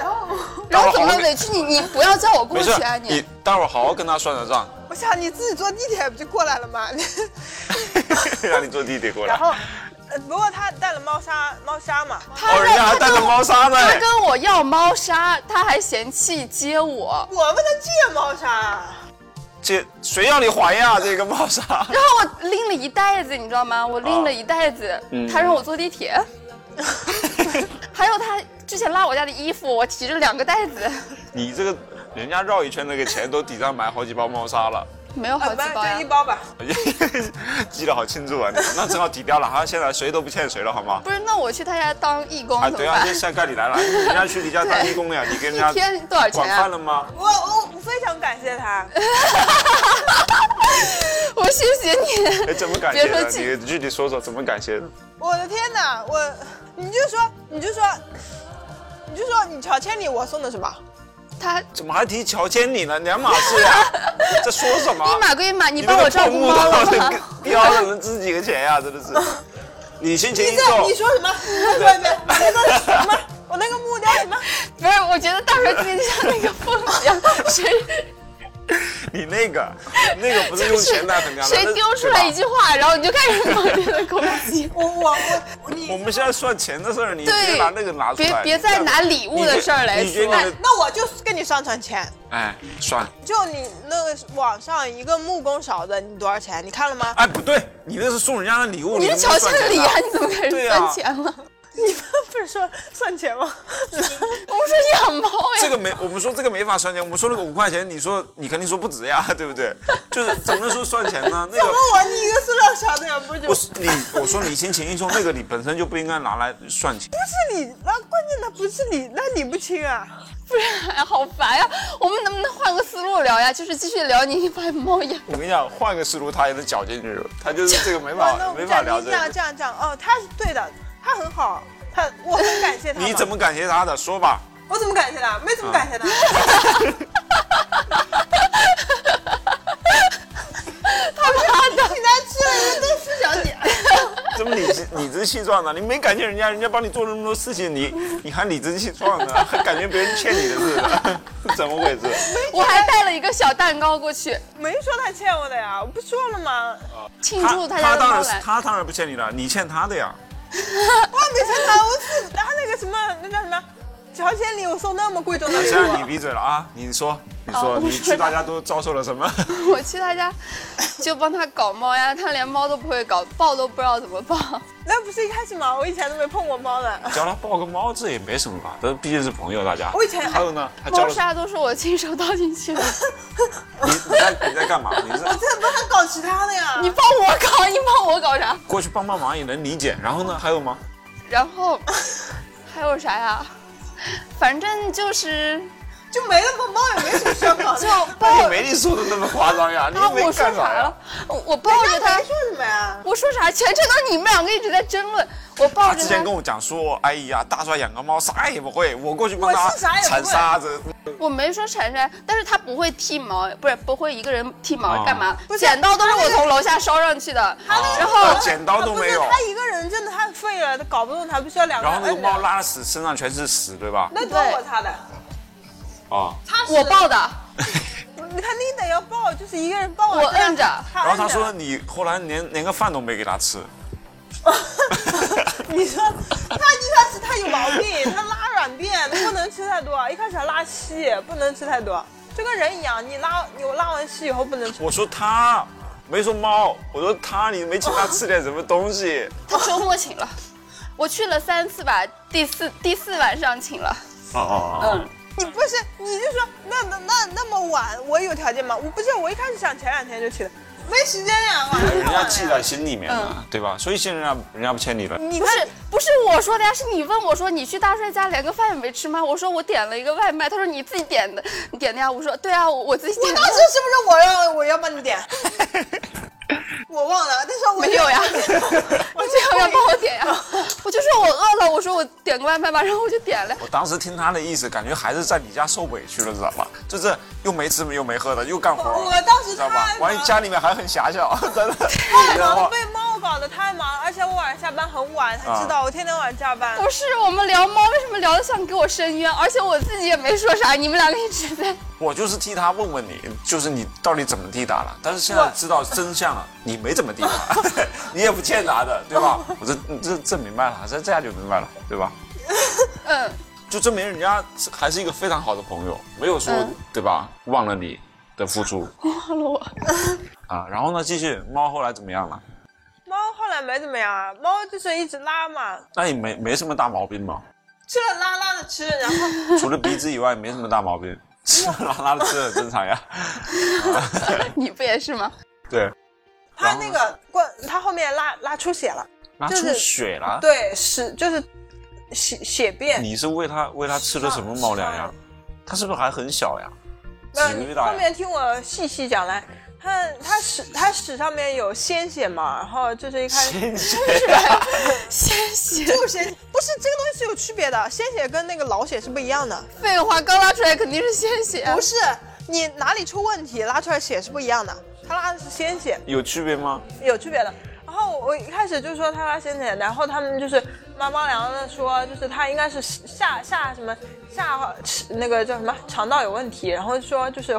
Speaker 2: 然后
Speaker 1: 搞
Speaker 2: 怎
Speaker 1: 得
Speaker 2: 么
Speaker 1: 好
Speaker 2: 委屈你？你不要叫我过
Speaker 1: 没事
Speaker 2: 去啊，你
Speaker 1: 你待会儿好好跟他算算账，
Speaker 3: 我想你自己坐地铁不就过来了吗？
Speaker 1: 让你坐地铁过来
Speaker 3: 然。后，呃不过他带了猫砂，猫砂嘛，
Speaker 2: 他
Speaker 1: 哦，人家还带着猫砂呢。
Speaker 2: 他跟我要猫砂，他还嫌弃接我。
Speaker 3: 我问他借猫砂，
Speaker 1: 这谁让你还呀？这个猫砂。
Speaker 2: 然后我拎了一袋子，你知道吗？我拎了一袋子，
Speaker 1: 哦嗯
Speaker 2: 他让我坐 地铁，还有他之前拉我家的衣服，我提着两个袋子，
Speaker 1: 你这个人家绕一圈那个钱都抵账买好几包猫砂了，
Speaker 2: 没有好
Speaker 3: 啊，
Speaker 2: 几
Speaker 3: 不然
Speaker 2: 包呀
Speaker 3: 就一。包吧。
Speaker 1: 记得好清楚啊！你那正好抵掉了，好像现在谁都不欠谁了，好吗？
Speaker 2: 不是，那我去他家当义工
Speaker 1: 啊，
Speaker 2: 怎么
Speaker 1: 对啊，
Speaker 2: 办？
Speaker 1: 这现在该你来了，人家去你家当义工呀，你给人家
Speaker 2: 一天多少钱
Speaker 1: 管饭
Speaker 2: 啊？
Speaker 1: 了吗？
Speaker 3: 我我我非常感谢他，
Speaker 2: 我谢谢你。
Speaker 1: 哎，怎么感谢
Speaker 2: 别
Speaker 1: 的？
Speaker 2: 说气
Speaker 1: 你具体说说怎么感谢的？
Speaker 3: 我的天哪，我你就说你就说你就说你乔千里我送的什么？
Speaker 2: 他
Speaker 1: 怎么还提乔迁你呢？两码事呀、 在说什么？
Speaker 2: 一码归一码，你
Speaker 1: 你
Speaker 2: 帮我照顾猫啊了吗？
Speaker 1: 标了人自己的钱呀、真的是。你心情一
Speaker 3: 你这
Speaker 1: 重
Speaker 3: 你，说什么？对对对，我那个什么，我那个木雕什么？
Speaker 2: 不是，我觉得大帅今天就像那个凤 姐，谁
Speaker 1: 你那个那个不是用钱来衡量的。
Speaker 2: 谁
Speaker 1: 那
Speaker 2: 丢出来一？
Speaker 1: 对吧
Speaker 2: 句话，然后你就开始猛烈的攻 击。
Speaker 3: 我我我你
Speaker 1: 我们现在算钱的事儿，你别
Speaker 2: 对
Speaker 1: 拿那个拿出
Speaker 2: 别
Speaker 1: 来。
Speaker 2: 别再拿礼物的事儿来
Speaker 1: 你觉你觉
Speaker 2: 说
Speaker 1: 得你的
Speaker 3: 那我就跟你上传钱，
Speaker 1: 哎，算了。
Speaker 3: 就你那个网上一个木工勺子，你多少钱？你看了吗？
Speaker 1: 哎，不对，你那是送人家的礼物，
Speaker 2: 你是
Speaker 1: 能不能
Speaker 2: 乔
Speaker 1: 算
Speaker 2: 千
Speaker 1: 钱
Speaker 2: 里
Speaker 1: 呢
Speaker 2: 啊？你怎么开
Speaker 1: 对
Speaker 2: 始
Speaker 1: 啊
Speaker 2: 算钱了？
Speaker 3: 你们 不是说算钱吗？
Speaker 2: 我们说养猫
Speaker 1: 这
Speaker 2: 呀，
Speaker 1: 个没，我们说这个没法算钱，我们说那个五块钱，你说你肯定说不值呀，对不对？就是怎么能说算钱呢？ 那个
Speaker 3: 问我你一个塑料勺子也不就
Speaker 1: 不是你，我说你心情一重，那个你本身就不应该拿来算钱。
Speaker 3: 是你？那关键的不是你，那理不清啊！
Speaker 2: 不然好烦呀！我们能不能换个思路聊呀？就是继续聊你把猫养。
Speaker 1: 我跟你讲，换个思路，他也能搅进去，他就是这个没
Speaker 3: 哦
Speaker 1: 法
Speaker 3: 那我
Speaker 1: 啊没
Speaker 3: 们
Speaker 1: 法
Speaker 3: 这
Speaker 1: 聊
Speaker 3: 样
Speaker 1: 这
Speaker 3: 这样
Speaker 1: 个。
Speaker 3: 这样这样哦，他是对的，他很好，他我很感谢他嘛。
Speaker 1: 你怎么感谢他的？说吧，
Speaker 3: 我怎么感谢他？没怎么感谢他。
Speaker 2: 他 妈的，
Speaker 3: 你来吃了一顿四小姐，
Speaker 1: 怎么理直理直气壮呢？你没感谢人家，人家帮你做那么多事情，你你还理直气壮呢？还感觉别人欠你的似的，是 怎么回事？
Speaker 2: 我还带了一个小蛋糕过去
Speaker 3: 没说他欠我的呀，我不说了吗？
Speaker 2: 庆祝他家
Speaker 1: 他
Speaker 2: 的
Speaker 1: 当
Speaker 2: 猫
Speaker 1: 然是
Speaker 2: 来。
Speaker 1: 他当然不欠你了，你欠他的呀。
Speaker 3: 我也没欠他，我是他那个什么那叫什么乔千里，我送那么贵重的礼
Speaker 1: 现在你
Speaker 3: 物，
Speaker 1: 闭嘴了啊！你说，你说，
Speaker 2: 哦
Speaker 1: 你去大家都遭受了什么？
Speaker 2: 我去他家就帮他搞猫呀，他连猫都不会搞，抱都不知道怎么抱。
Speaker 3: 那不是一开始吗？我以前都没碰过猫的。
Speaker 1: 教他抱个猫，这也没什么吧，但毕竟是朋友，大家。
Speaker 3: 我以前哎
Speaker 1: 还有呢，还教
Speaker 2: 猫
Speaker 1: 了
Speaker 2: 砂都是我亲手倒 进去的，
Speaker 1: 你，你在你在干嘛？你是
Speaker 3: 我在帮他搞其他的呀。
Speaker 2: 你帮我搞，你帮我搞啥？
Speaker 1: 过去帮帮忙也能理解。然后呢，还有吗？
Speaker 2: 然后还有啥呀？反正就是
Speaker 3: 就没那么猫也没什么需要搞的。
Speaker 2: 就
Speaker 3: 就
Speaker 2: 抱
Speaker 1: 哎也没你说的那么夸张呀，你
Speaker 2: 啊，
Speaker 1: 没
Speaker 2: 我说
Speaker 1: 干啥呀
Speaker 2: 啥
Speaker 1: 哎
Speaker 2: 了？？我我抱着他
Speaker 3: 没，说什么呀？
Speaker 2: 我说啥？全程都是你们两个一直在争论。我抱
Speaker 1: 他
Speaker 2: 着
Speaker 1: 之
Speaker 2: 他
Speaker 1: 前，跟我讲说，哎呀，大帅养个猫啥也不会，我过去帮他
Speaker 3: 我是啥也不会
Speaker 1: 铲沙子。
Speaker 2: 我没说铲铲，但是他不会剃毛，不是不会一个人剃
Speaker 1: 啊
Speaker 2: 毛干嘛
Speaker 3: 不？是
Speaker 2: 剪刀都是我从楼下捎上去的，然后
Speaker 1: 啊剪刀都没有
Speaker 3: 不是他一个人真的太废了，他搞不动他，必须要两个
Speaker 1: 然
Speaker 3: 人
Speaker 1: 后
Speaker 3: 摁着。
Speaker 1: 那个猫拉屎，身上全是屎，对吧？
Speaker 3: 那多我他的，
Speaker 1: 啊。
Speaker 3: 他
Speaker 2: 我抱，的，
Speaker 3: 你看你得要抱，就是一个人抱啊。
Speaker 2: 我摁着
Speaker 1: 然后他说你后来连连个饭都没给他吃，
Speaker 3: 你说他一开始他有毛病，他拉软便，不能吃太多。一开始还拉稀，不能吃太多，就跟人一样，你拉你拉完稀以后不能吃。
Speaker 1: 我说他没说猫，我说他你没请他吃点什么东西，
Speaker 3: 哦
Speaker 2: 他周末请了，我去了三次吧，第四第四晚上请了，
Speaker 1: 哦哦哦，
Speaker 2: 嗯，
Speaker 3: 你不是你就说那那那那么晚，我有条件吗？我不是，我一开始想前两天就去的，没时间呀，晚上太
Speaker 1: 人
Speaker 3: 晚
Speaker 1: 家
Speaker 3: 了
Speaker 1: 记在心里面
Speaker 3: 嗯
Speaker 1: 了，对吧？所以现在人家人家不欠你了。
Speaker 3: 你
Speaker 2: 不
Speaker 3: 看
Speaker 2: 是不是我说的呀，是你问我说你去大帅家连个饭也没吃吗？我说我点了一个外卖，他说你自己点的，你点的呀？我说对啊，我我自己点的
Speaker 3: 当。时是不是我要我要帮你 点？我忘了，但是我
Speaker 2: 没有呀，你最好要帮我点呀！ 我就说我饿了，我说我点个外卖吧，然后我就点了。
Speaker 1: 我当时听他的意思，感觉还是在你家受委屈了，知道吧？就是又没吃又没喝的，又干活儿，
Speaker 3: 哦我当时
Speaker 1: 知道吧
Speaker 3: 太？忙
Speaker 1: 完家里面还很狭小， 真的。
Speaker 3: 太
Speaker 1: 然
Speaker 3: 忙 了，
Speaker 1: 后
Speaker 3: 被猫搞得太忙，而且我晚上下班很晚，他知道
Speaker 1: 啊
Speaker 3: 我天天晚上加班。
Speaker 2: 不是我们聊猫，为什么聊的像给我伸冤？而且我自己也没说啥，你们两个一直在。
Speaker 1: 我就是替他问问你，就是你到底怎么替他了？但是现在知道真相了，你没怎么替他， 你也不欠他的，对吧？我这这这明白了，这这下就明白了，对吧？
Speaker 2: 嗯，
Speaker 1: 就证明人家是还是一个非常好的朋友，没有说、
Speaker 2: 嗯
Speaker 1: 对吧？忘了你，的付出
Speaker 2: 忘了我。
Speaker 1: 啊。然后呢，继续，猫后来怎么样了？
Speaker 3: 猫后来没怎么样啊，猫就是一直拉嘛，
Speaker 1: 那也没没什么大毛病嘛，
Speaker 3: 这拉拉的吃，然后
Speaker 1: 除了鼻子以外没什么大毛病，吃拉拉的吃很正常呀。
Speaker 2: 你不也是吗？
Speaker 1: 对，
Speaker 3: 它那个过，它后面拉拉出血了，
Speaker 1: 拉
Speaker 3: 就
Speaker 1: 出
Speaker 3: 是
Speaker 1: 血了。
Speaker 3: 对，是就是血血便，
Speaker 1: 你是喂它喂它吃了什么猫粮呀
Speaker 3: 上？
Speaker 1: 它是不是还很小呀？
Speaker 3: 没有，
Speaker 1: 几个月
Speaker 3: 你
Speaker 1: 大
Speaker 3: 后
Speaker 1: 呀？
Speaker 3: 面听我细细讲来。它它屎它屎上面有鲜血嘛，然后就是一看
Speaker 1: 鲜血
Speaker 2: 鲜血，
Speaker 3: 就鲜，不是这个东西是有区别的，鲜血跟那个老血是不一样的。
Speaker 2: 废话，刚拉出来肯定是啊鲜血。
Speaker 1: 嗯
Speaker 3: 不是你哪里出问题，拉出来血是不一样的，它拉的是鲜血，
Speaker 1: 有区别吗？
Speaker 3: 有区别的。然后我一开始就说他拉鲜血，然后他们就是妈妈凉的说，就是他应该是下下什么下那个叫什么肠道有问题，然后说就是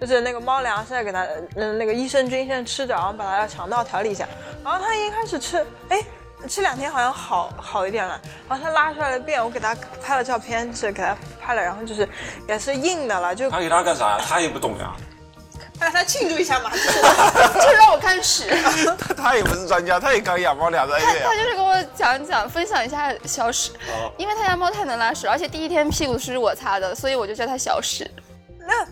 Speaker 3: 就是那个猫粮现在给他嗯那个益生菌现在吃着，然后把他的肠道调理一下。然后他一开始吃，哎。吃两天好像好好一点了，然后他拉出来的便，我给他拍了照片，是给他拍了，然后就是也是硬的了，就
Speaker 1: 它给它干啥呀？它也不懂呀，
Speaker 3: 让他庆祝一下嘛，就是
Speaker 2: 就让我看屎。
Speaker 1: 它它也不是专家，它也刚养猫两三个月呀
Speaker 2: 他。就是跟我讲讲，分享一下小屎
Speaker 1: 哦，
Speaker 2: 因为他家猫太能拉屎，而且第一天屁股是我擦的，所以我就叫它小屎。
Speaker 3: 那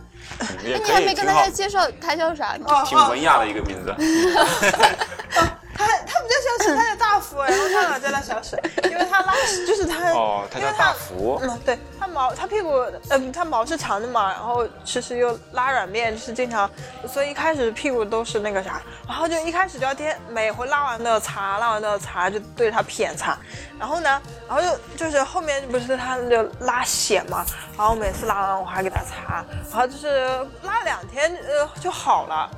Speaker 1: 也
Speaker 2: 你
Speaker 1: 可
Speaker 2: 还
Speaker 1: 以，
Speaker 2: 没跟
Speaker 1: 挺
Speaker 2: 大
Speaker 1: 好
Speaker 2: 家，介绍它叫啥呢？
Speaker 3: 哦
Speaker 1: 挺文雅的一个名字。
Speaker 3: 他他不叫小史，他叫大福，然后他老叫他小史，因为他拉屎就是他，
Speaker 1: 哦，它
Speaker 3: 因
Speaker 1: 叫
Speaker 3: 为
Speaker 1: 大。福。
Speaker 3: 嗯，对，他毛他屁股，呃，他毛是长的嘛，然后其实又拉软便，就是经常，所以一开始屁股都是那个啥，然后就一开始就要天每回拉完都要擦，拉完都要擦，就对着他舔擦，然后呢，然后就就是后面不是他就拉血嘛，然后每次拉完我还给他擦，然后就是拉两天呃就好了，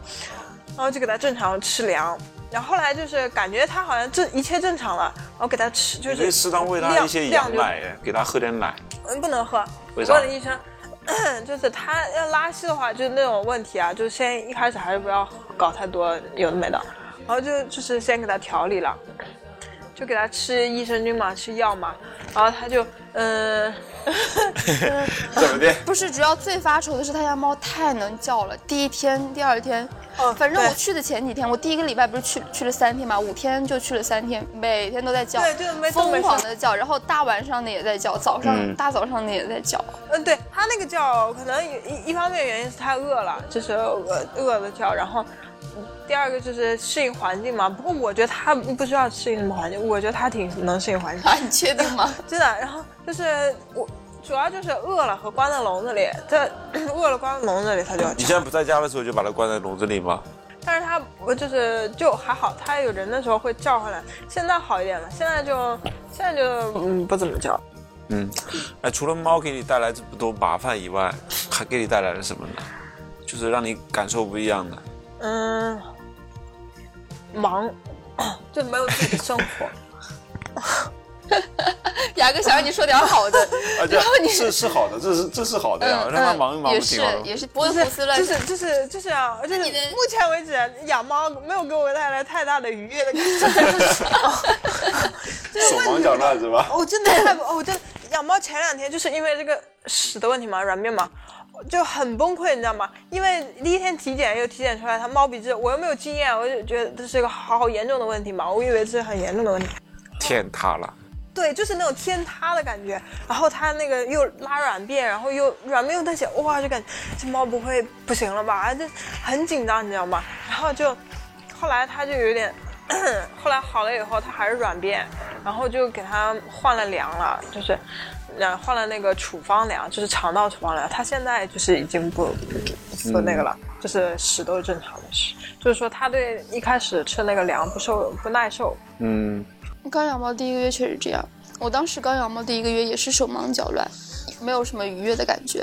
Speaker 3: 然后就给他正常吃粮。然后后来就是感觉他好像这一切正常了，然后给他吃就
Speaker 1: 你可以
Speaker 3: 是
Speaker 1: 适当喂它
Speaker 3: 量
Speaker 1: 一些
Speaker 3: 量
Speaker 1: 羊
Speaker 3: 就
Speaker 1: 奶，给它喝点奶。
Speaker 3: 嗯，不能喝。
Speaker 1: 为
Speaker 3: 我
Speaker 1: 啥
Speaker 3: 问了医生， 就是他要拉稀的话，就是那种问题啊，就是先一开始还是不要搞太多有的没的，然后就就是先给他调理了，就给他吃益生菌嘛，吃药嘛，然后他就嗯，
Speaker 1: 怎么 的？
Speaker 2: 不是，主要最发愁的是他家猫太能叫了。第一天、第二天，
Speaker 3: 哦
Speaker 2: 反正
Speaker 3: 对
Speaker 2: 我去的前几天，我第一个礼拜不是去去了三天嘛，五天就去了三天，每天都在叫，
Speaker 3: 对就是没动
Speaker 2: 疯
Speaker 3: 没
Speaker 2: 狂
Speaker 3: 事
Speaker 2: 的叫，然后大晚上的也在叫，早上、
Speaker 1: 嗯
Speaker 2: 大早上的也在叫。
Speaker 3: 嗯，对他那个叫，可能有一一方面原因是他饿了，就是饿饿了叫，然后嗯第二个就是适应环境嘛。不过我觉得他不知道适应什么环境，我觉得他挺能适应环境。
Speaker 2: 啊，你确定吗？
Speaker 3: 真的。然后就是我主要就是饿了和关在笼子里，这 饿了关在笼子里它就要
Speaker 1: 你
Speaker 3: 吃，
Speaker 1: 现在不在家的时候就把它关在笼子里吗？
Speaker 3: 但是它我就是就还好，它有人的时候会叫唤来，现在好一点了，现在就现在就嗯不怎么叫。
Speaker 1: 嗯，哎，除了猫给你带来这么多麻烦以外，还给你带来了什么呢？就是让你感受不一样的。啊
Speaker 3: 嗯，忙， 就没有自己的生活。
Speaker 2: 雅哥想让你说点 好的，
Speaker 1: 啊，
Speaker 2: 然后你嗯
Speaker 1: 是是好的，这是这是好的呀，嗯让它忙一忙
Speaker 2: 也
Speaker 1: 不挺
Speaker 2: 是
Speaker 1: 好的吗？
Speaker 2: 也是 不会胡思乱
Speaker 3: 就
Speaker 2: 想。
Speaker 3: 是就是就是啊，就是
Speaker 2: 你的
Speaker 3: 目前为止养猫没有给我带来太大的愉悦的 感觉。
Speaker 1: 手忙脚乱是吧？
Speaker 3: 我哦真的太不，我真的养猫前两天就是因为这个屎的问题嘛，软便嘛，我就很崩溃，你知道吗？因为第一天体检又体检出来它猫鼻子，我又没有经验，我就觉得这是一个好严重的问题嘛，我以为这是很严重的问题。
Speaker 1: 天塌了，
Speaker 3: 对，就是那种天塌的感觉，然后它那个又拉软便，然后又软便又带血，哇，就感觉这猫不会不行了吧？就很紧张，你知道吗？然后就后来它就有点， 后来好了以后它还是软便，然后就给它换了粮了，就是。然后换了那个处方粮，就是肠道处方粮，它现在就是已经不不那个了，就是屎都是正常的屎，就是说它对一开始吃那个粮不受不耐受，
Speaker 1: 嗯，
Speaker 2: 刚养猫第一个月确实这样，我当时刚养猫第一个月也是手忙脚乱，没有什么愉悦的感觉。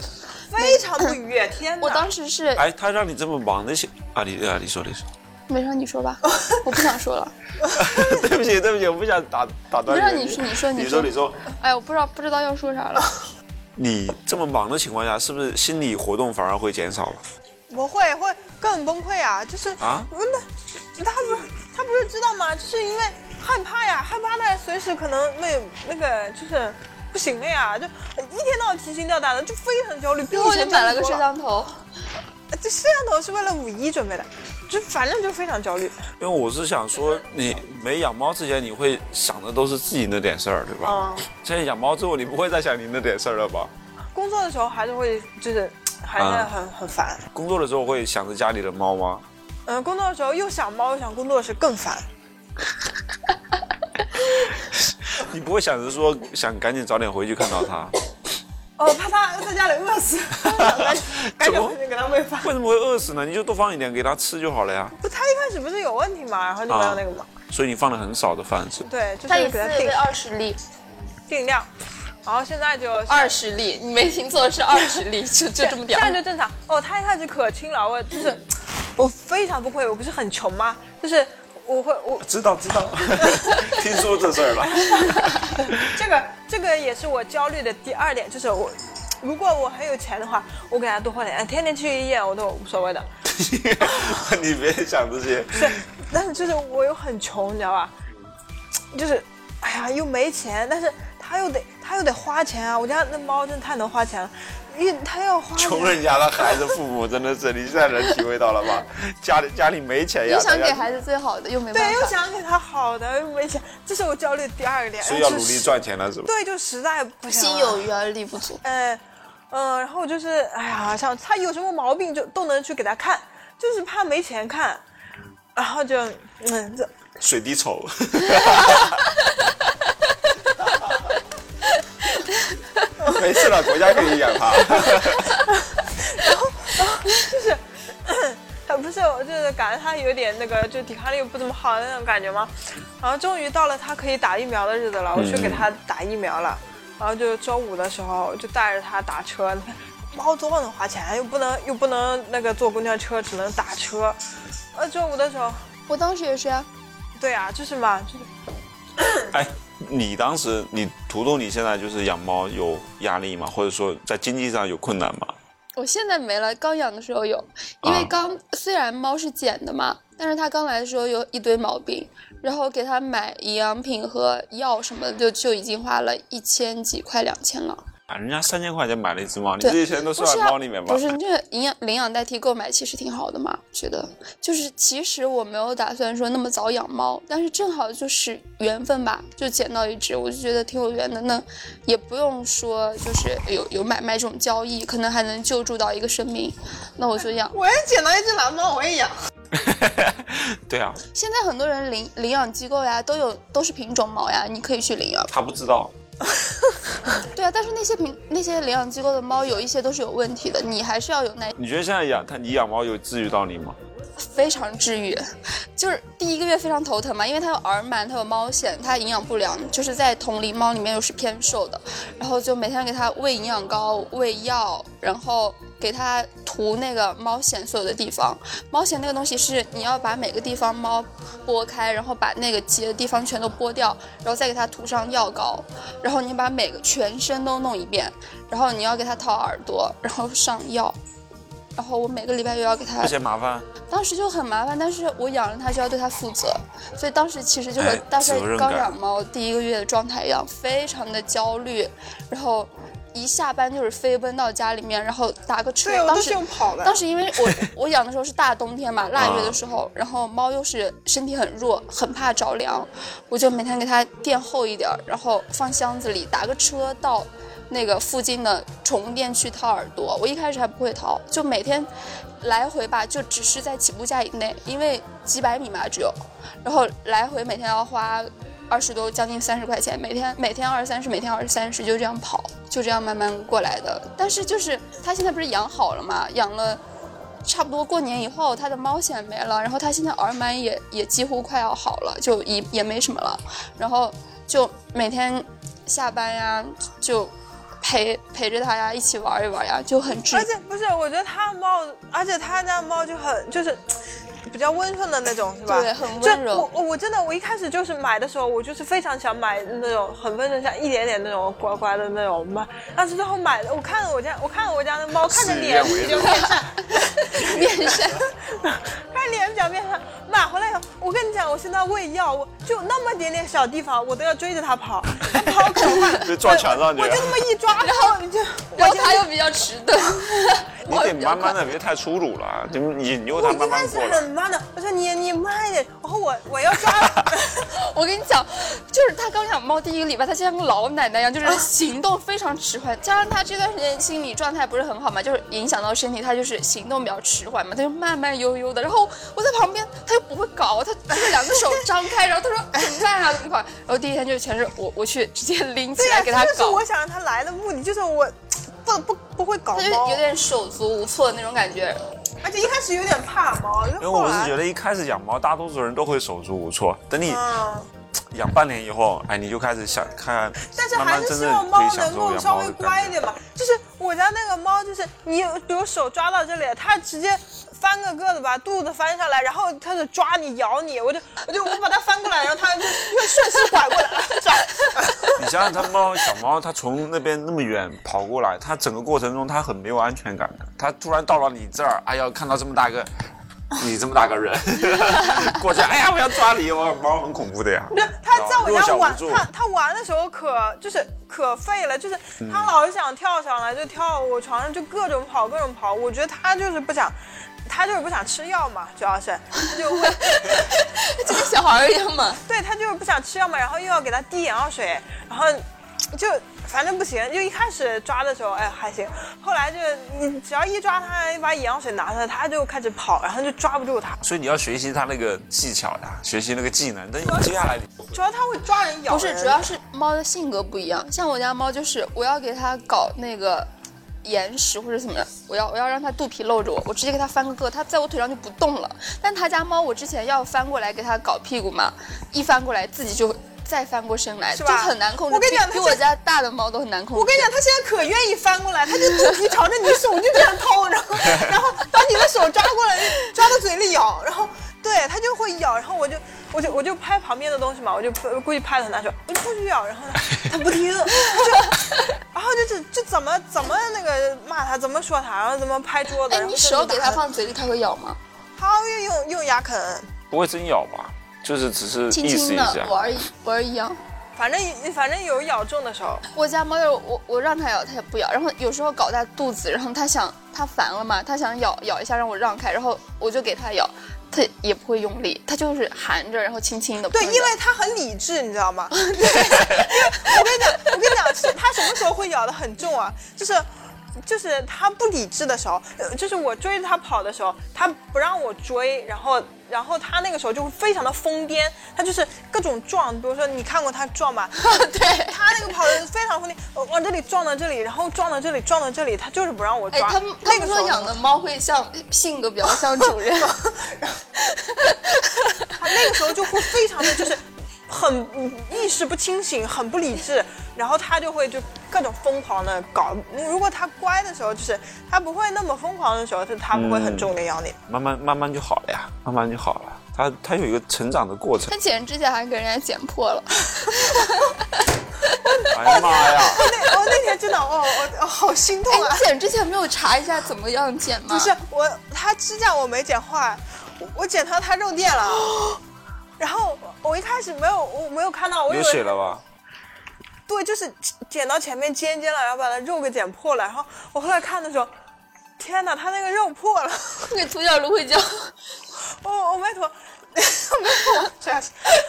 Speaker 3: 非常不愉悦。天哪！
Speaker 2: 我当时是
Speaker 1: 哎，它让你这么忙的些啊，你啊，你说你说，
Speaker 2: 没让你说吧，我不想说了。
Speaker 1: 对不起对不起，我不想打打断
Speaker 2: 不是
Speaker 1: 你
Speaker 2: 你说你说
Speaker 1: 你
Speaker 2: 你
Speaker 1: 说
Speaker 2: 说
Speaker 1: 你说，
Speaker 2: 哎，我不知道不知道要说啥了。
Speaker 1: 你这么忙的情况下，是不是心理活动反而会减少了？
Speaker 3: 我会会更崩溃啊！就是
Speaker 1: 啊
Speaker 3: 那他不是他不是知道吗？就是因为害怕呀，害怕他随时可能那那个就是不行了呀，就一天到晚提心吊胆的，就非常焦虑。比
Speaker 2: 然后我
Speaker 3: 以
Speaker 2: 就
Speaker 3: 前
Speaker 2: 买了个
Speaker 3: 更
Speaker 2: 摄
Speaker 3: 多了
Speaker 2: 像头，
Speaker 3: 这摄像头是为了五一准备的，就反正就非常焦虑。
Speaker 1: 因为我是想说，你没养猫之前，你会想的都是自己那点事儿，对吧？
Speaker 3: 嗯
Speaker 1: 现在养猫之后，你不会再想你那点事儿了吧？
Speaker 3: 工作的时候还是会就是还是
Speaker 1: 啊
Speaker 3: 很、很烦。
Speaker 1: 工作的时候会想着家里的猫吗？
Speaker 3: 嗯，工作的时候又想猫又想工作时更烦。
Speaker 1: 你不会想着说想赶紧早点回去看到它？
Speaker 3: 哦，怕它在家里 饿死，赶紧赶紧回去给它喂饭。
Speaker 1: 为什么会饿死呢？你就多放一点给它吃就好了呀。
Speaker 3: 不，它一开始不是有问题嘛，然后就没
Speaker 1: 啊
Speaker 3: 有那个嘛。
Speaker 1: 所以你放了很少的饭吃。
Speaker 3: 对，就是
Speaker 2: 它一
Speaker 3: 给
Speaker 2: 次
Speaker 3: 它
Speaker 2: 喂
Speaker 3: 定
Speaker 2: 二十粒，
Speaker 3: 定量，然后现在就
Speaker 2: 二十粒，你没听错，是二十粒，就就这么点儿。
Speaker 3: 现在就正常。哦，他一开始可亲了，我就是我非常崩溃，我不是很穷吗？就是我会我
Speaker 1: 知道知道， 听说这事儿了。
Speaker 3: 这个这个也是我焦虑的第二点，就是我如果我很有钱的话，我给他多花点，天天去医院我都无所谓的。
Speaker 1: 你别想这些。
Speaker 3: 对，但是就是我又很穷，你知道吧？就是哎呀，又没钱，但是他又得他又得花钱啊！我家那猫真的太能花钱了，因为他要花钱
Speaker 1: 穷人家的孩子，父母真的是，你现在能体会到了吧？家里家里没钱呀，
Speaker 2: 又想
Speaker 1: 大
Speaker 2: 给
Speaker 1: 家
Speaker 2: 孩子最好的，又没办
Speaker 3: 对，又
Speaker 2: 法。
Speaker 3: 想给他好的，又没钱，这是我焦虑的第二个点。哎
Speaker 1: 所以要
Speaker 3: 就
Speaker 1: 努
Speaker 3: 是
Speaker 1: 力赚钱了，是吧？
Speaker 3: 对，就实在不行了。
Speaker 2: 心有余而力不足，
Speaker 3: 呃，嗯、然后就是，哎呀，像他有什么毛病就都能去给他看，就是怕没钱看，然后就，嗯，这
Speaker 1: 水滴筹。 没事了，国家可以养它。
Speaker 3: 他不是，我就是感觉他有点那个，就抵抗力不怎么好的那种感觉嘛。然后终于到了他可以打疫苗的日子了，我去给他打疫苗了。然后就周五的时候，就带着他打车。你看，猫多能花钱，又不能又不能那个坐公交车，只能打车。呃，周五的时候，
Speaker 2: 我当时也是啊，
Speaker 3: 对啊，就是嘛，就是
Speaker 1: 哎，你当时你图图，你现在就是养猫有压力吗？或者说在经济上有困难吗？
Speaker 2: 我现在没了，刚养的时候有，因为
Speaker 1: 啊
Speaker 2: 刚、虽然猫是捡的嘛，但是它刚来的时候有一堆毛病，然后给它买营养品和药什么的，就就已经花了一千几，快两千了。
Speaker 1: 啊，人家三千块钱买了一只猫，你
Speaker 2: 对
Speaker 1: 这些钱都
Speaker 2: 不
Speaker 1: 算
Speaker 2: 是
Speaker 1: 在
Speaker 2: 啊
Speaker 1: 猫里面吧？
Speaker 2: 不是，这营养领养代替购买其实挺好的嘛，觉得就是其实我没有打算说那么早养猫，但是正好就是缘分吧，就捡到一只，我就觉得挺有缘的。那也不用说就是有有买卖这种交易，可能还能救助到一个生命，那我就养。
Speaker 3: 我也捡到一只蓝猫，我也养。
Speaker 1: 对啊，
Speaker 2: 现在很多人领领养机构呀，都有都是品种猫呀，你可以去领养。
Speaker 1: 他不知道。
Speaker 2: 对啊，但是那些品那些领养机构的猫有一些都是有问题的，你还是要有耐
Speaker 1: 你觉得现在养它，你养猫有治愈到你吗？
Speaker 2: 非常治愈，就是第一个月非常头疼嘛，因为它有耳螨，它有猫藓，它营养不良，就是在同龄猫里面又是偏瘦的，然后就每天给它喂营养膏、喂药，然后给它涂那个猫藓所有的地方。猫藓那个东西是你要把每个地方猫拨开，然后把那个结的地方全都拨掉，然后再给它涂上药膏，然后你把每个全身都弄一遍，然后你要给它掏耳朵，然后上药。然后我每个礼拜又要给它
Speaker 1: 不嫌麻烦？
Speaker 2: 当时就很麻烦，但是我养了它就要对它负责，所以当时其实就和
Speaker 1: 哎
Speaker 2: 大帅
Speaker 1: 责任感
Speaker 2: 刚养猫第一个月的状态一样，非常的焦虑，然后一下班就是飞奔到家里面，然后打个车
Speaker 3: 对，。我
Speaker 2: 当
Speaker 3: 都是
Speaker 2: 时
Speaker 3: 用跑的。
Speaker 2: 当时因为我我养的时候是大冬天嘛，腊月的时候，然后猫又是身体很弱，很怕着凉，我就每天给它垫厚一点儿，然后放箱子里，打个车到那个附近的宠物店去掏耳朵。我一开始还不会掏，就每天来回吧，就只是在起步价以内，因为几百米嘛只有，然后来回每天要花。二十多，将近三十块钱，每天每天二三十，每天二三十，就这样跑，就这样慢慢过来的。但是就是它现在不是养好了嘛，养了差不多过年以后，它的猫藓没了，然后它现在耳螨也也几乎快要好了，就也也没什么了。然后就每天下班呀，就陪陪着它呀，一起玩一玩呀，就很治
Speaker 3: 而且不是，我觉得他的猫，而且他家的猫就很就是比较温顺的那种，是吧？
Speaker 2: 对很
Speaker 3: 就
Speaker 2: 温柔
Speaker 3: 我我我真的我一开始就是买的时候，我就是非常想买那种很温顺，像一点点那种乖乖的那种猫。但是最后买的，我看了我家，我看了我家的猫，看着
Speaker 1: 事与
Speaker 3: 脸
Speaker 1: 愿违
Speaker 3: 就变善，
Speaker 2: 面 善。
Speaker 3: 看脸讲变善。买回来以后，我跟你讲，我现在喂药，我就那么点点小地方，我都要追着它跑，它跑 可快，
Speaker 1: 被撞墙上去
Speaker 3: 我就
Speaker 1: 了。
Speaker 3: 那么一抓，然后你就
Speaker 2: 然后
Speaker 3: 我家
Speaker 2: 它又比较迟钝，
Speaker 1: 你
Speaker 2: 我
Speaker 1: 得
Speaker 2: 比较
Speaker 1: 慢慢
Speaker 2: 快
Speaker 1: 的，别太粗鲁了，就引诱
Speaker 3: 我
Speaker 1: 他
Speaker 3: 一
Speaker 1: 慢
Speaker 3: 开
Speaker 1: 慢
Speaker 3: 始
Speaker 1: 过来。
Speaker 3: 很哎慢的，我说你你慢一点，然后我我要抓，
Speaker 2: 我跟你讲，就是他刚养猫第一个礼拜，他就像个老奶奶一样，就是行动非常迟缓，加上他这段时间心理状态不是很好嘛，就是影响到身体，他就是行动比较迟缓嘛，他就慢慢悠悠的。然后我在旁边，他又不会搞，他就是两个手张开，然后他说怎么办啊，怎么搞？然后第一天就全是我我去直接拎起
Speaker 3: 对呀、
Speaker 2: 来
Speaker 3: 这
Speaker 2: 给他
Speaker 3: 就是
Speaker 2: 搞。
Speaker 3: 我想让他来的目的，就是我不不不会搞
Speaker 2: 他就
Speaker 3: 猫
Speaker 2: 有，点手足无措的那种感觉，
Speaker 3: 而且一开始有点怕猫，因
Speaker 1: 因为我是觉得一开始养猫，大多数人都会手足无措。等你
Speaker 3: 嗯，
Speaker 1: 养半年以后，哎，你就开始想看，
Speaker 3: 但是
Speaker 1: 慢
Speaker 3: 还
Speaker 1: 慢
Speaker 3: 是
Speaker 1: 真
Speaker 3: 希
Speaker 1: 正
Speaker 3: 望
Speaker 1: 可
Speaker 3: 猫
Speaker 1: 以享
Speaker 3: 能
Speaker 1: 受
Speaker 3: 够
Speaker 1: 养
Speaker 3: 稍
Speaker 1: 猫
Speaker 3: 微
Speaker 1: 的
Speaker 3: 乖
Speaker 1: 感
Speaker 3: 一
Speaker 1: 觉。
Speaker 3: 点吧。就是我家那个猫，就是你比如手抓到这里，它直接翻个个子把肚子翻上来，然后它就抓你咬你，我就我就我把它翻过来，然后它就又顺势拐过来 抓。
Speaker 1: 你想想，它猫小猫，它从那边那么远跑过来，它整个过程中它很没有安全感的。它突然到了你这儿，哎呀，看到这么大个，你这么大个人 过去，哎呀，我要抓你，我猫很恐怖的呀。
Speaker 3: 不是， 他在我
Speaker 1: 弱
Speaker 3: 家
Speaker 1: 小无
Speaker 3: 玩，
Speaker 1: 助
Speaker 3: 他他玩的时候可就是可废了，就是他老是想跳上来就跳我床上，就各种跑各种跑。我觉得他就是不想，他就是不想吃药嘛，主要是他就会
Speaker 2: 就跟小孩儿一样嘛。
Speaker 3: 对他就是不想吃药嘛，然后又要给他滴眼药水，然后就反正不行。就一开始抓的时候，哎还行，后来就你只要一抓他，把眼药水拿出来，他就开始跑，然后就抓不住他。
Speaker 1: 所以你要学习它那个技巧呀，学习那个技能。但你接下来你
Speaker 3: 主要他会抓人咬
Speaker 2: 不
Speaker 3: 人，
Speaker 2: 是，主要是猫的性格不一样。像我家猫就是，我要给它搞那个岩石或者怎么的，我要我要让它肚皮露着我，我直接给它翻个个，它在我腿上就不动了。但他家猫，我之前要翻过来给它搞屁股嘛，一翻过来自己就再翻过身来，
Speaker 3: 是
Speaker 2: 就
Speaker 3: 吧
Speaker 2: 很难控制。
Speaker 3: 我跟你讲
Speaker 2: 比
Speaker 3: 它
Speaker 2: 比我
Speaker 3: 现
Speaker 2: 家大的猫都很难控制。
Speaker 3: 我跟你讲，他现在可愿意翻过来，他就肚皮朝着你手就这样掏，然后然后把你的手抓过来，抓到嘴里咬，然后对他就会咬，然后我就我就我就拍旁边的东西嘛，我就故意拍的很难受，我就过去咬，然后他不听，就然后就是就怎么怎么那个骂他，怎么说他，然后怎么拍桌子，
Speaker 2: 哎，
Speaker 3: 然后
Speaker 2: 你
Speaker 3: 甚至
Speaker 2: 手给它
Speaker 3: 打他，
Speaker 2: 放嘴里，它会咬吗？
Speaker 3: 他会用用牙啃，
Speaker 1: 不会真咬吧？就是只是
Speaker 2: 轻
Speaker 1: 意思
Speaker 2: 轻
Speaker 1: 一
Speaker 2: 的
Speaker 1: 下，。
Speaker 2: 玩儿一玩儿一样。
Speaker 3: 反正反正有咬中的时候，
Speaker 2: 我家猫就是我我让它咬它也不咬，然后有时候搞大肚子，然后它想它烦了嘛，它想咬咬一下让我让开，然后我就给它咬，它也不会用力，它就是含着，然后轻轻的。
Speaker 3: 对，因为它很理智，你 知道吗？对， 因为我跟你讲，我跟你讲，是它什么时候会咬得很重啊？就是。就是它不理智的时候，呃就是我追着它跑的时候，它不让我追，然后，然后它那个时候就会非常的疯癫，它就是各种撞，比如说你看过它撞 吧，
Speaker 2: 对，
Speaker 3: 它那个跑的非常疯癫，我往这里撞到这里，然后撞到这里，撞到这里，它就是不让我
Speaker 2: 哎，
Speaker 3: 抓。
Speaker 2: 他们他
Speaker 3: 那
Speaker 2: 们
Speaker 3: 个时
Speaker 2: 说
Speaker 3: 候
Speaker 2: 养的猫会像性格比较像主人，
Speaker 3: 他那个时候就会非常的就是很嗯意识不清醒，很不理智，然后他就会就各种疯狂的搞。如果他乖的时候，就是他不会那么疯狂的时候，他他不
Speaker 1: 嗯
Speaker 3: 会很重的咬你。
Speaker 1: 慢慢慢慢就好了呀，慢慢就好了。它它有一个成长的过程。
Speaker 2: 它剪指甲还给人家剪破 了。
Speaker 1: 哎呀妈呀！
Speaker 3: 那我、那天真的哦，我、哦、好心痛
Speaker 2: 哎，
Speaker 3: 啊
Speaker 2: 你！剪之前没有查一下怎么样剪吗？
Speaker 3: 不是我，他指甲我没剪坏，我我剪到他肉垫了。然后我一开始没有，我没有看 到，我以
Speaker 1: 流
Speaker 3: 为
Speaker 1: 血了吧？
Speaker 3: 对，就是剪到前面尖尖了，然后把它肉给剪破了。然后我后来看的时候，天哪，他那个肉破了。
Speaker 2: 给涂点芦荟胶，
Speaker 3: 哦我我外头， 我外头这样，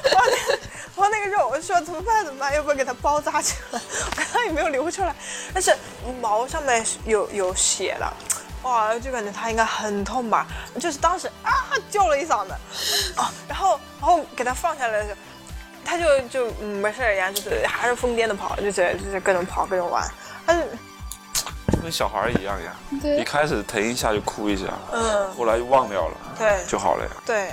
Speaker 3: 我那我那个肉，我说怎么办怎么办，要不要给它包扎起来？我看它有没有流出来，但是毛上面是有有血了。哇，就感觉它应该很痛吧，就是当时啊叫了一嗓子，啊，然后然后给它放下来的时候，它就就嗯没事儿一样，就是还是疯癫的跑，就是就是各种跑各种玩，但是
Speaker 1: 就跟小孩一样呀，
Speaker 2: 对
Speaker 1: 一开始疼一下就哭一下，
Speaker 3: 嗯
Speaker 1: 后来就忘掉了，
Speaker 3: 对
Speaker 1: 就好了呀。
Speaker 3: 对，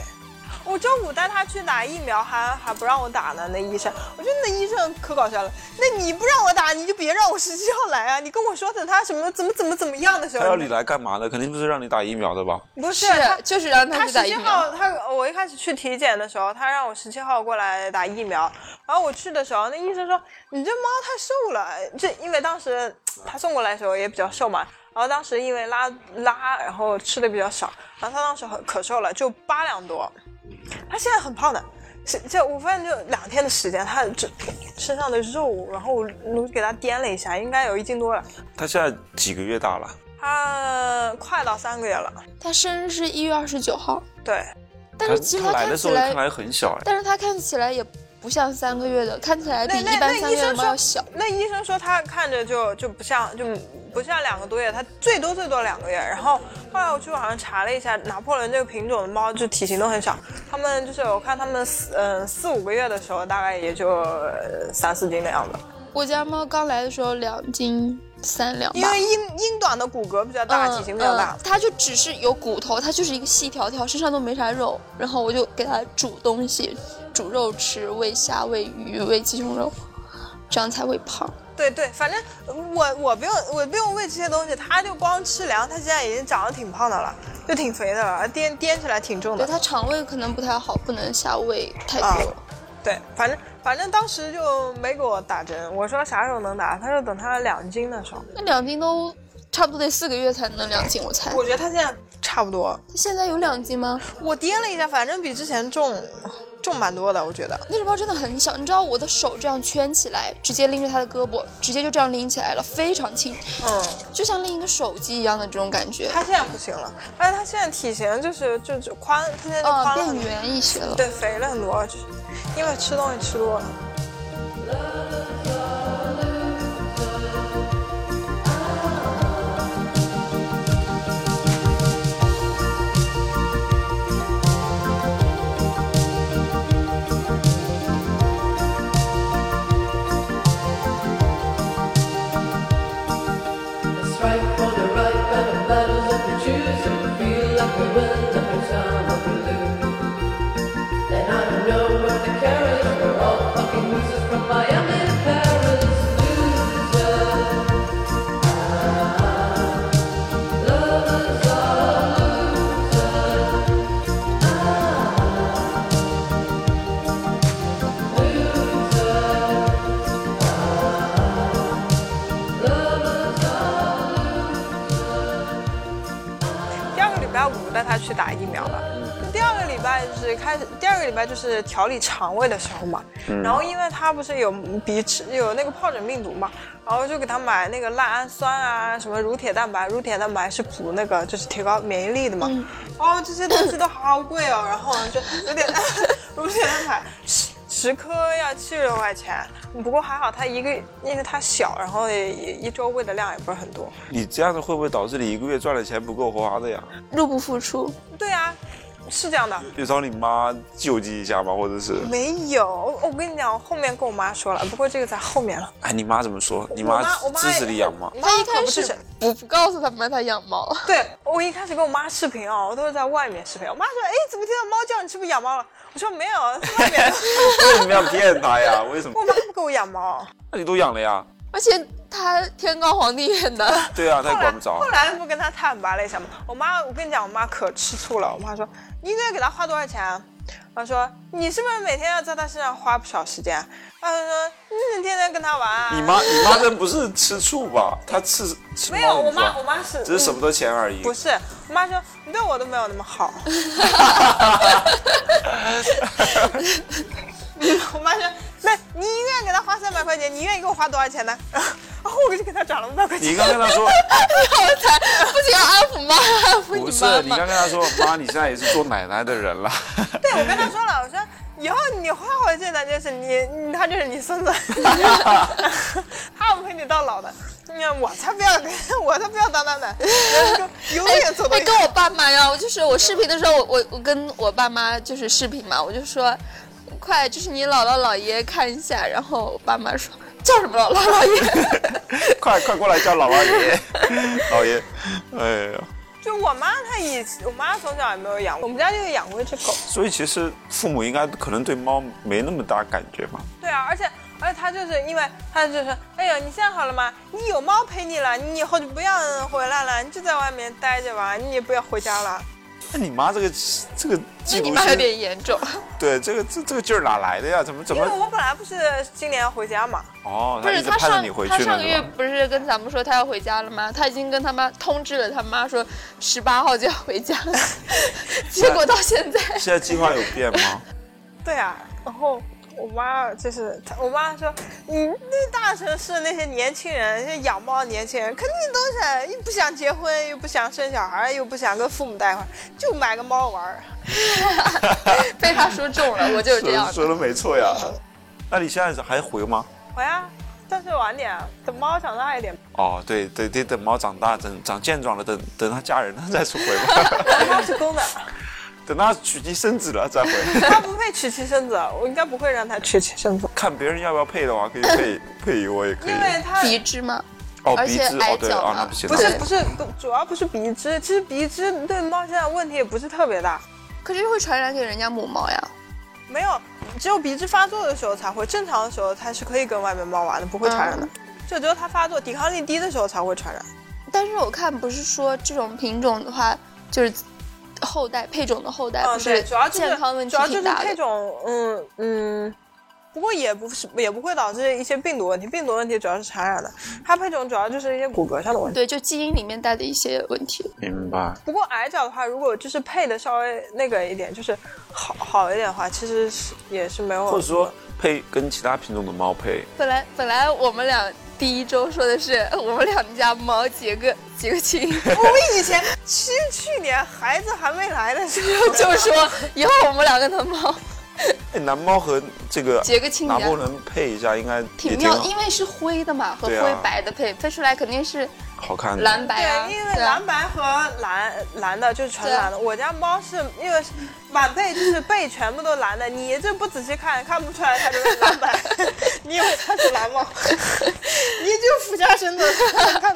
Speaker 3: 我周五带他去打疫苗还，还不让我打呢。那医生，我觉得那医生可搞笑了。那你不让我打，你就别让我实际上来啊！你跟我说等他什么怎么怎么怎么样的时
Speaker 1: 他要
Speaker 3: 候，
Speaker 1: 你来干嘛的？肯定不是让你打疫苗的吧？
Speaker 3: 不是
Speaker 2: 是
Speaker 3: 他。
Speaker 2: 就是让它
Speaker 3: 他
Speaker 2: 去
Speaker 3: 十
Speaker 2: 打
Speaker 3: 七
Speaker 2: 疫
Speaker 3: 号，
Speaker 2: 苗。
Speaker 3: 他我一开始去体检的时候，他让我十七号过来打疫苗，然后我去的时候，那医生说你这猫太瘦了，这因为当时他送过来的时候也比较瘦嘛，然后当时因为拉拉，然后吃的比较少，然后他当时很可瘦了，就八两多，他现在很胖的，这这我发现就两天的时间，他这身上的肉，然后我我给他掂了一下，应该有一斤多了。
Speaker 1: 他现在几个月大了？
Speaker 3: 他快到三个月了，
Speaker 2: 他生日是一月二十九号，
Speaker 3: 对，哎
Speaker 2: 但是其实
Speaker 1: 他来
Speaker 2: 看
Speaker 1: 的时
Speaker 2: 起
Speaker 1: 候
Speaker 2: 来
Speaker 1: 看，来很小哎，
Speaker 2: 但是他看起来也不像三个月的，看起来比
Speaker 3: 那
Speaker 2: 一
Speaker 3: 那
Speaker 2: 般三
Speaker 3: 那
Speaker 2: 个
Speaker 3: 医
Speaker 2: 月的
Speaker 3: 生
Speaker 2: 猫
Speaker 3: 说
Speaker 2: 要小。
Speaker 3: 那医生说他看着就就不像就不像两个多月，他最多最多两个月。然后后来我去网上查了一下，拿破仑这个品种的猫就体型都很小，它们就是我看它们四嗯、四五个月的时候，大概也就呃三四斤的样子。
Speaker 2: 我家猫刚来的时候两斤三两吧，
Speaker 3: 因为英英短的骨骼比较大，体型比较大。
Speaker 2: 嗯它就只是有骨头，它就是一个细条条，身上都没啥肉。然后我就给它煮东西，煮肉吃，喂虾、喂鱼、喂鸡胸肉，这样才会胖。
Speaker 3: 对对，反正我我不用我不用喂这些东西，它就光吃粮，它现在已经长得挺胖的了，就挺肥的了，掂掂起来挺重的
Speaker 2: 对，。它肠胃可能不太好，不能下喂太
Speaker 3: 啊
Speaker 2: 多。
Speaker 3: 对，反正反正当时就没给我打针，我说啥时候能打，他说等他两斤的时候。
Speaker 2: 那两斤都差不多得四个月才能两斤，我猜。
Speaker 3: 我觉得他现在差不多，
Speaker 2: 它现在有两斤吗？
Speaker 3: 我掂了一下，反正比之前重重蛮多的，我觉得。
Speaker 2: 那只猫真的很小，你知道我的手这样圈起来，直接拎着它的胳膊，直接就这样拎起来了，非常轻，
Speaker 3: 嗯，
Speaker 2: 就像拎一个手机一样的这种感觉，
Speaker 3: 他现在不行了，但是他现在体型就是就就宽，他现在就宽
Speaker 2: 啊、
Speaker 3: 了
Speaker 2: 变
Speaker 3: 很多，
Speaker 2: 圆一些了。
Speaker 3: 对，肥了很多，就是因为吃东西吃多了。
Speaker 4: A strike for the right, but the battles of the Jews, and we feel like we win the whole time of the And I don't know what the carriage, we're all fucking losers from Miami, Paris, losers. Ah, lovers are losers. Ah, losers. Ah, lovers are losers.
Speaker 3: 第二个礼拜五带他去打疫苗了。第二个礼拜就是开始，第二个礼拜就是调理肠胃的时候嘛。然后因为他不是有鼻吃有那个疱疹病毒嘛，然后就给他买那个赖氨酸啊，什么乳铁蛋白，乳铁蛋白是补那个就是提高免疫力的嘛。哦，这些东西都好贵哦，然后就有点 乳铁蛋白。十十颗要七十多块钱，不过还好他一个，因为他小，然后也也一周喂的量也不是很多。
Speaker 1: 你这样子会不会导致你一个月赚的钱不够花的呀？
Speaker 2: 入不敷出，
Speaker 3: 对啊，是这样的。
Speaker 1: 就找你妈救济一下吧，或者是
Speaker 3: 没有，我跟你讲，我后面跟我妈说了，不过这个在后面了。
Speaker 1: 哎，你妈怎么说？你
Speaker 3: 我
Speaker 1: 妈
Speaker 3: 妈我妈
Speaker 1: 支持你养吗？
Speaker 2: 他一
Speaker 3: 可
Speaker 2: 开
Speaker 3: 不支持
Speaker 2: 始不不告诉他们他养猫，
Speaker 3: 对我一开始跟我妈视频哦，我都是在外面视频。我妈说，哎，怎么听到猫叫？你是不是养猫了？我说没有，在外 面。
Speaker 1: 为什么要骗她呀？为什么
Speaker 3: 我？妈不给我养猫。
Speaker 1: 那你都养了呀？
Speaker 2: 而且他天高皇帝远的，
Speaker 1: 对啊，她也
Speaker 3: 后来
Speaker 1: 管不着
Speaker 3: 后。来不跟她坦白了一下嘛。我妈，我跟你讲，我妈可吃醋了。我妈说，你一个月给她花多少钱、啊？她说，你是不是每天要在她身上花不少时间？她说，你天天跟她玩、啊。
Speaker 1: 你妈，你妈真不是吃醋吧？她吃吃
Speaker 3: 没有，
Speaker 1: 猫
Speaker 3: 我
Speaker 1: 怎么
Speaker 3: 妈，
Speaker 1: 着
Speaker 3: 我妈是
Speaker 1: 只是
Speaker 3: 嗯
Speaker 1: 舍不得钱而已。
Speaker 3: 不是，我妈说你对我都没有那么好。 我妈说，那你一个月给他花三百块钱，你愿意给我花多少钱呢？ 然后我就给他转了五百块
Speaker 1: 你
Speaker 3: 钱。
Speaker 1: 刚跟她 说
Speaker 2: 我才不仅要安抚猫，还安抚
Speaker 1: 不
Speaker 2: 你
Speaker 1: 是，你
Speaker 2: 妈哎
Speaker 1: 刚
Speaker 2: 妈。
Speaker 1: 跟她 说妈，你现在也是做奶奶的人了。
Speaker 3: 对，我跟他说了，我说以后你花回去的就是你，你他就是你孙子， 他要陪你到老的。那我才不要跟， 我才不要当当 奶，永远走到
Speaker 2: 哎，跟我爸妈呀，我就是我视频的时候，我我我跟我爸妈就是视频嘛，我就说，快，这是你姥姥姥爷看一下，然后我爸妈说叫什么姥姥姥爷，
Speaker 1: 快快过来叫姥姥爷 爷，姥爷，哎呀，
Speaker 3: 就我妈她以我妈从小也没有养，我们家就养过一只狗。
Speaker 1: 所以其实父母应该可能对猫没那么大感觉吧？
Speaker 3: 对啊，而且而且他就是因为他就是，哎呀，你现在好了吗？你有猫陪你了，你以后就不要回来了，你就在外面待着吧，你也不要回家了。
Speaker 1: 那你妈这个这个
Speaker 2: 那
Speaker 1: 嫉
Speaker 2: 你
Speaker 1: 妒
Speaker 2: 妈有
Speaker 1: 心，
Speaker 2: 点严重。
Speaker 3: 啊
Speaker 1: 对这个这这个劲儿哪来的呀？怎么怎
Speaker 3: 因
Speaker 1: 么
Speaker 3: 为？我本来不是今年要回家嘛，
Speaker 1: 哦，
Speaker 2: 不
Speaker 1: 她
Speaker 2: 是
Speaker 1: 一直
Speaker 2: 他
Speaker 1: 盼着
Speaker 2: 上
Speaker 1: 你回
Speaker 2: 他
Speaker 1: 去
Speaker 2: 上
Speaker 1: 呢，
Speaker 2: 个
Speaker 1: 是
Speaker 2: 月
Speaker 1: 吧？
Speaker 2: 不是跟咱们说他要回家了吗？他已经跟他妈通知了，他妈说十八号就要回家 了，结果到现在
Speaker 1: 现在计划有变吗？
Speaker 3: 对啊，然后我妈就是她，我妈说，你那大城市那些年轻人，那些养猫的年轻人，肯定都是又不想结婚，又不想生小孩，又不想跟父母待一块儿，就买个猫玩儿。
Speaker 2: 被他说中了，我 就是这样
Speaker 1: 说
Speaker 2: 的。
Speaker 1: 说的没错呀。那你现在还回吗？
Speaker 3: 回啊，但是晚点，等猫长大一点。
Speaker 1: 哦，对，得得等猫长大，等长健壮了，等等它嫁人了再去回 吧，
Speaker 3: 猫是公的，
Speaker 1: 等它娶妻生子了再回。
Speaker 3: 它不配娶妻生子，我应该不会让它娶妻生子，
Speaker 1: 看别人要不要配的话，可以配配一窝也可以
Speaker 3: 因。为它
Speaker 2: 鼻支吗？
Speaker 1: 哦，
Speaker 2: 而
Speaker 1: 鼻
Speaker 2: 且
Speaker 1: 子
Speaker 2: 矮
Speaker 1: 哦，对
Speaker 2: 脚
Speaker 1: 啊，
Speaker 2: 嘛
Speaker 1: 那不行。
Speaker 3: 不是
Speaker 1: 那
Speaker 3: 不是，主要不是鼻支，其实鼻支对猫现在问题也不是特别大，
Speaker 2: 可是会传染给人家母猫呀。
Speaker 3: 没有，只有鼻支发作的时候才会，正常的时候它是可以跟外面猫玩的，不会
Speaker 2: 嗯
Speaker 3: 传染的。就只有它发作、抵抗力低的时候才会传染。
Speaker 2: 但是我看不是说这种品种的话，就是后代配种的后代哎不
Speaker 3: 嗯，对，
Speaker 2: 是
Speaker 3: 主要就是
Speaker 2: 健康问
Speaker 3: 主
Speaker 2: 题
Speaker 3: 要就
Speaker 2: 挺
Speaker 3: 是
Speaker 2: 大
Speaker 3: 配
Speaker 2: 的。
Speaker 3: 种，嗯嗯，不过也不是也不会导致一些病毒问题，病毒问题主要是传染的，它配种主要就是一些骨骼上的问题。
Speaker 2: 对，就基因里面带的一些问题。
Speaker 1: 明白。
Speaker 3: 不过矮脚的话，如果就是配的稍微那个一点，就是好好一点的话，其实是也是没有。
Speaker 1: 或者说配跟其他品种的猫配，
Speaker 2: 本来本来我们俩第一周说的是 我们俩家猫结个结个亲，
Speaker 3: 我们以前其实去年孩子还没来的时 候
Speaker 1: 啊
Speaker 2: 就 说以后我们两个的猫
Speaker 1: 哎，蓝猫和这个
Speaker 2: 结个亲
Speaker 1: 拿
Speaker 2: 家
Speaker 1: 破仑配一下，应该也
Speaker 2: 挺
Speaker 1: 挺
Speaker 2: 妙，
Speaker 1: 好
Speaker 2: 因为是灰的嘛和
Speaker 1: 对啊
Speaker 2: 灰白的配，配出来肯定是
Speaker 1: 好看的。
Speaker 2: 蓝白啊。
Speaker 3: 对，因为
Speaker 2: 啊
Speaker 3: 蓝白和蓝蓝的就是纯
Speaker 2: 对啊
Speaker 3: 蓝的。我家猫是因为是满背就是背全部都蓝的，你这不仔细看看不出来它就是 蓝白，你以为它是蓝猫， 你就俯下身子看看。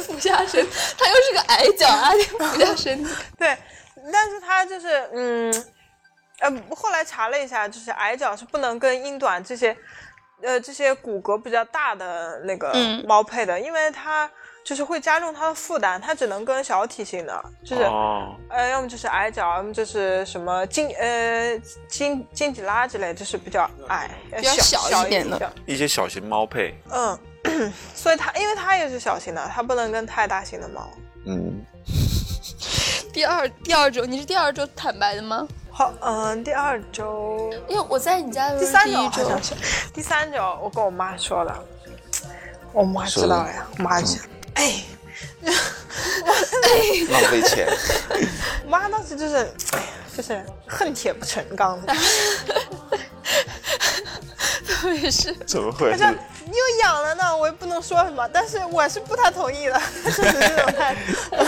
Speaker 2: 俯下身，啊 它又是个矮脚啊， 俯下身子。
Speaker 3: 对，但是它就是嗯，呃，后来查了一下，就是矮脚是不能跟英短这些，呃，这些骨骼比较大的那个
Speaker 2: 嗯
Speaker 3: 猫配的，因为它就是会加重它的负担，它只能跟小体型的，就是。
Speaker 1: 哦，
Speaker 3: 呃，要么就是矮脚，要么就是什么金呃金金吉拉之类，就是比较矮、呃
Speaker 2: 比较
Speaker 3: 小
Speaker 2: 小一
Speaker 3: 小
Speaker 2: 点的
Speaker 3: 点
Speaker 1: 一些小型猫配，
Speaker 3: 嗯， 所以它因为它也是小型的，它不能跟太大型的猫。
Speaker 1: 嗯，
Speaker 2: 第二第二周，你是第二周坦白的吗？
Speaker 3: 好，嗯，第二周，
Speaker 2: 因为我在你家的
Speaker 3: 第
Speaker 2: 时候
Speaker 3: 三
Speaker 2: 是
Speaker 3: 周
Speaker 2: 第一
Speaker 3: 好
Speaker 2: 周
Speaker 3: 像， 是，第三周我跟我妈说了，我妈知道了呀，我妈讲，哎，
Speaker 1: 浪费钱。
Speaker 3: 我妈当时就是，哎呀就是恨铁不成钢的，
Speaker 2: 特别是
Speaker 1: 怎么会
Speaker 3: 她？ 说你又养了呢，我也不能说什么，但是我是不太同意的， 就是这种态度。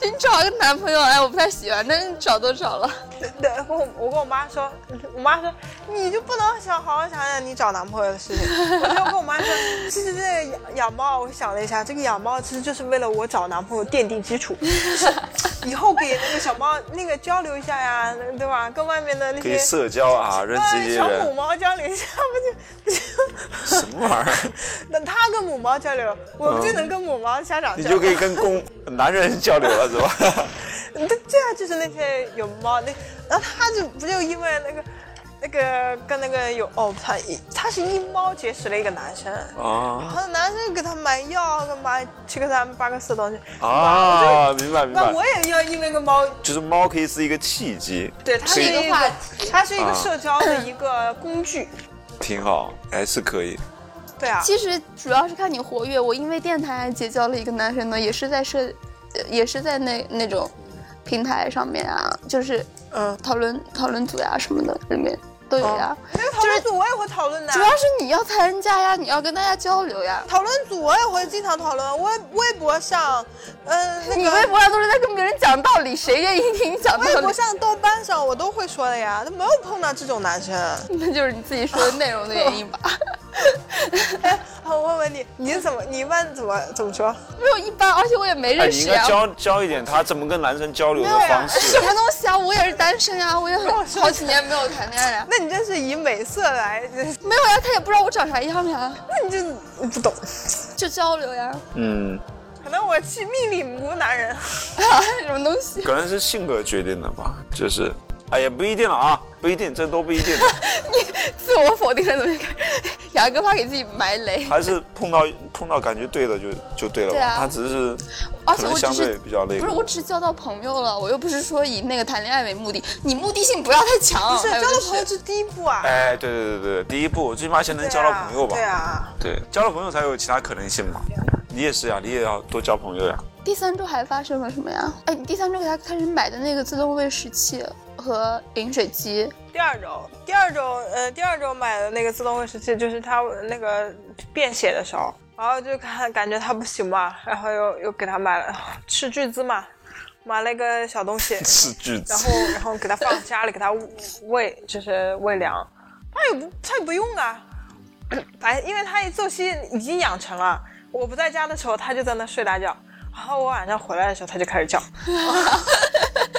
Speaker 2: 你找一个男朋友，哎，我不太喜欢，但是你找都找了，
Speaker 3: 对，我我跟我妈说，我妈说你就不能想好好想想你找男朋友的事情。 我就跟我妈说，其实这个养养猫，我想了一下，这个养猫其实就是为了我找男朋友奠定基础， 以后给那个小猫那个交流一下呀，对吧？跟外面的那
Speaker 1: 可以
Speaker 3: 些哎
Speaker 1: 社交啊，认识一些
Speaker 3: 小母
Speaker 1: 人，
Speaker 3: 猫交流一下，不就 不
Speaker 1: 什么玩意儿？
Speaker 3: 就等它跟母猫交流，我们就
Speaker 1: 嗯
Speaker 3: 能跟母猫家长
Speaker 1: 你
Speaker 3: 交
Speaker 1: 就
Speaker 3: 流。
Speaker 1: 可以跟公男人交流了，是 吧？
Speaker 3: 对对啊，就是那些有猫那，然后他就不就因为那个那个跟那个有哦，他他是因猫结识了一个男生，然
Speaker 1: 啊
Speaker 3: 后男生给他买药干嘛，去给他们八个四东西。
Speaker 1: 啊，明白明
Speaker 3: 那
Speaker 1: 白，
Speaker 3: 我也要因为个猫，
Speaker 1: 就是猫可以是一个契机，
Speaker 3: 对，它是
Speaker 1: 是
Speaker 3: 一
Speaker 1: 一
Speaker 2: 个
Speaker 3: 个
Speaker 2: 话
Speaker 3: 它是一个
Speaker 1: 啊
Speaker 3: 社交的一个工具，
Speaker 1: 挺好，哎，是可以。
Speaker 3: 对啊，
Speaker 2: 其实主要是看你活跃。我因为电台还结交了一个男生呢，也是在社，呃也是在那那种平台上面啊，就是
Speaker 3: 嗯，哦
Speaker 2: 讨论讨论组呀、什么的里面都有呀。
Speaker 3: 那个讨论组我也会讨论的啊
Speaker 2: 主。要是你要参加呀，你要跟大家交流呀。
Speaker 3: 讨论组我也会经常讨论，微微博上，嗯，那
Speaker 2: 你
Speaker 3: 个
Speaker 2: 微博上都是在跟别人讲道理，谁愿意听你讲道理？
Speaker 3: 微博上、豆瓣上我都会说的呀，都没有碰到这种男生。
Speaker 2: 那就是你自己说的内容的原因 吧。
Speaker 3: 哎， 我问问你，你是怎么，你一般怎么怎么说？
Speaker 2: 没有一般，而且我也没
Speaker 1: 哎，
Speaker 2: 认
Speaker 1: 你应
Speaker 2: 识啊
Speaker 1: 该
Speaker 2: 呀。
Speaker 1: 教教一点他怎么跟男生交流的
Speaker 3: 对啊
Speaker 1: 方式
Speaker 2: 什。么东西啊？我也是单身呀、我也很好几年没有谈恋爱了、呀。
Speaker 3: 那你真是以美色来，
Speaker 2: 没有呀，他也不知道我长啥样呀，
Speaker 3: 那你就不懂。
Speaker 2: 就交流 呀，
Speaker 1: 嗯，
Speaker 3: 可能我是命里无男人，
Speaker 2: 啊，什么东西？
Speaker 1: 可能是性格决定的吧，就是哎呀，不一定了啊，不一定，这都不一定，
Speaker 2: 自我否定了怎么？牙哥怕给自己埋雷，
Speaker 1: 还是碰到 碰到感觉对的就就对了吧。
Speaker 2: 对啊
Speaker 1: 他只是
Speaker 2: 而
Speaker 1: 可
Speaker 2: 且
Speaker 1: 能
Speaker 2: 我只
Speaker 1: 相对
Speaker 2: 是
Speaker 1: 比较那
Speaker 2: 不是，
Speaker 1: 个。
Speaker 2: 我只是交到朋友了，我又不是说以那个谈恋爱为目的，你目的性不要太强。
Speaker 3: 不是
Speaker 2: 还有
Speaker 3: 交
Speaker 2: 哎就
Speaker 3: 到朋友是第一步啊，
Speaker 1: 哎，对对对对，第一步最起码先能
Speaker 3: 对啊
Speaker 1: 交到朋友吧
Speaker 3: 对。啊，
Speaker 1: 对，交了朋友才有其他可能性嘛。你也是呀，你也要多交朋友呀。
Speaker 2: 第三周还发生了什么呀？哎，你第三周给他开始买的那个自动喂食器和饮水机，
Speaker 3: 第二周，第二周，呃，第二周买的那个自动喂食器，就是它那个便携的时候，然后就看感觉它不行嘛，然后又又给它买了，斥巨资嘛，买了一个小东西，
Speaker 1: 斥巨
Speaker 3: 然
Speaker 1: 资，
Speaker 3: 后然后给它放家里，给它喂，就是喂粮，它也不它也不用啊，反正因为它作息已经养成了，我不在家的时候它就在那睡大觉，然后我晚上回来的时候它就开始叫，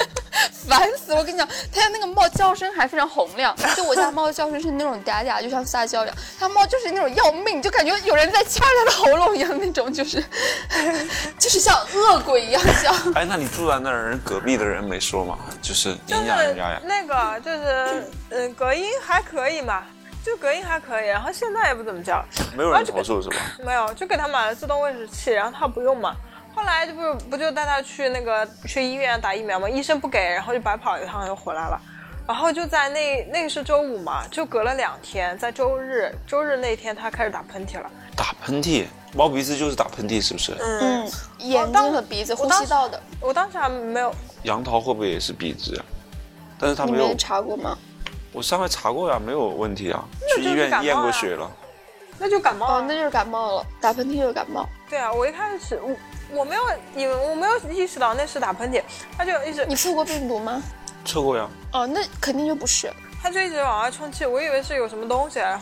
Speaker 2: 烦死我！跟你讲，他的那个猫叫声还非常洪亮，就我家猫的叫声是那种嗲嗲，就像撒娇一样，它猫就是那种要命，就感觉有人在掐着它的喉咙一样那种，就是 就是像恶鬼一样叫。
Speaker 1: 哎，那你住在那儿，人隔壁的人没说嘛，就是
Speaker 3: 就
Speaker 1: 影响
Speaker 3: 是
Speaker 1: 人家呀。
Speaker 3: 那个就是嗯，隔音还可以嘛，就隔音还可以。然后现在也不怎么叫，
Speaker 1: 没有人投诉是吧？
Speaker 3: 没有，就给他买了自动喂食器，然后他不用嘛。后来这不是不就带他去那个去医院打疫苗嘛，医生不给，然后就白跑一趟又回来了。然后就在那那个是周五嘛，就隔了两天，在周日周日那天他开始打喷嚏了。
Speaker 1: 打喷嚏，猫鼻子就是打喷嚏，是不是？
Speaker 3: 嗯，
Speaker 2: 嗯， 眼睛和鼻子、
Speaker 3: 我
Speaker 2: 呼
Speaker 3: 当
Speaker 2: 吸道的，
Speaker 3: 我当时还没有，
Speaker 1: 杨桃会不会也是鼻子？但是它
Speaker 2: 你
Speaker 1: 没
Speaker 2: 没
Speaker 1: 有
Speaker 2: 有，查过吗？
Speaker 1: 我上回查过呀，没有问题啊，去
Speaker 3: 就是
Speaker 1: 医院
Speaker 3: 感冒
Speaker 1: 验过
Speaker 3: 啊
Speaker 1: 血了。
Speaker 3: 那就感冒
Speaker 2: 哦
Speaker 3: 了，。
Speaker 2: 那就是感冒了，打喷嚏就是感冒。
Speaker 3: 对啊，我一开始我我没有以为我没有意识到那是打喷嚏，他就一直
Speaker 2: 你测过病毒吗？
Speaker 1: 测过呀，
Speaker 2: 哦，那肯定就不是。
Speaker 3: 他就一直往外充气，我以为是有什么东西。啊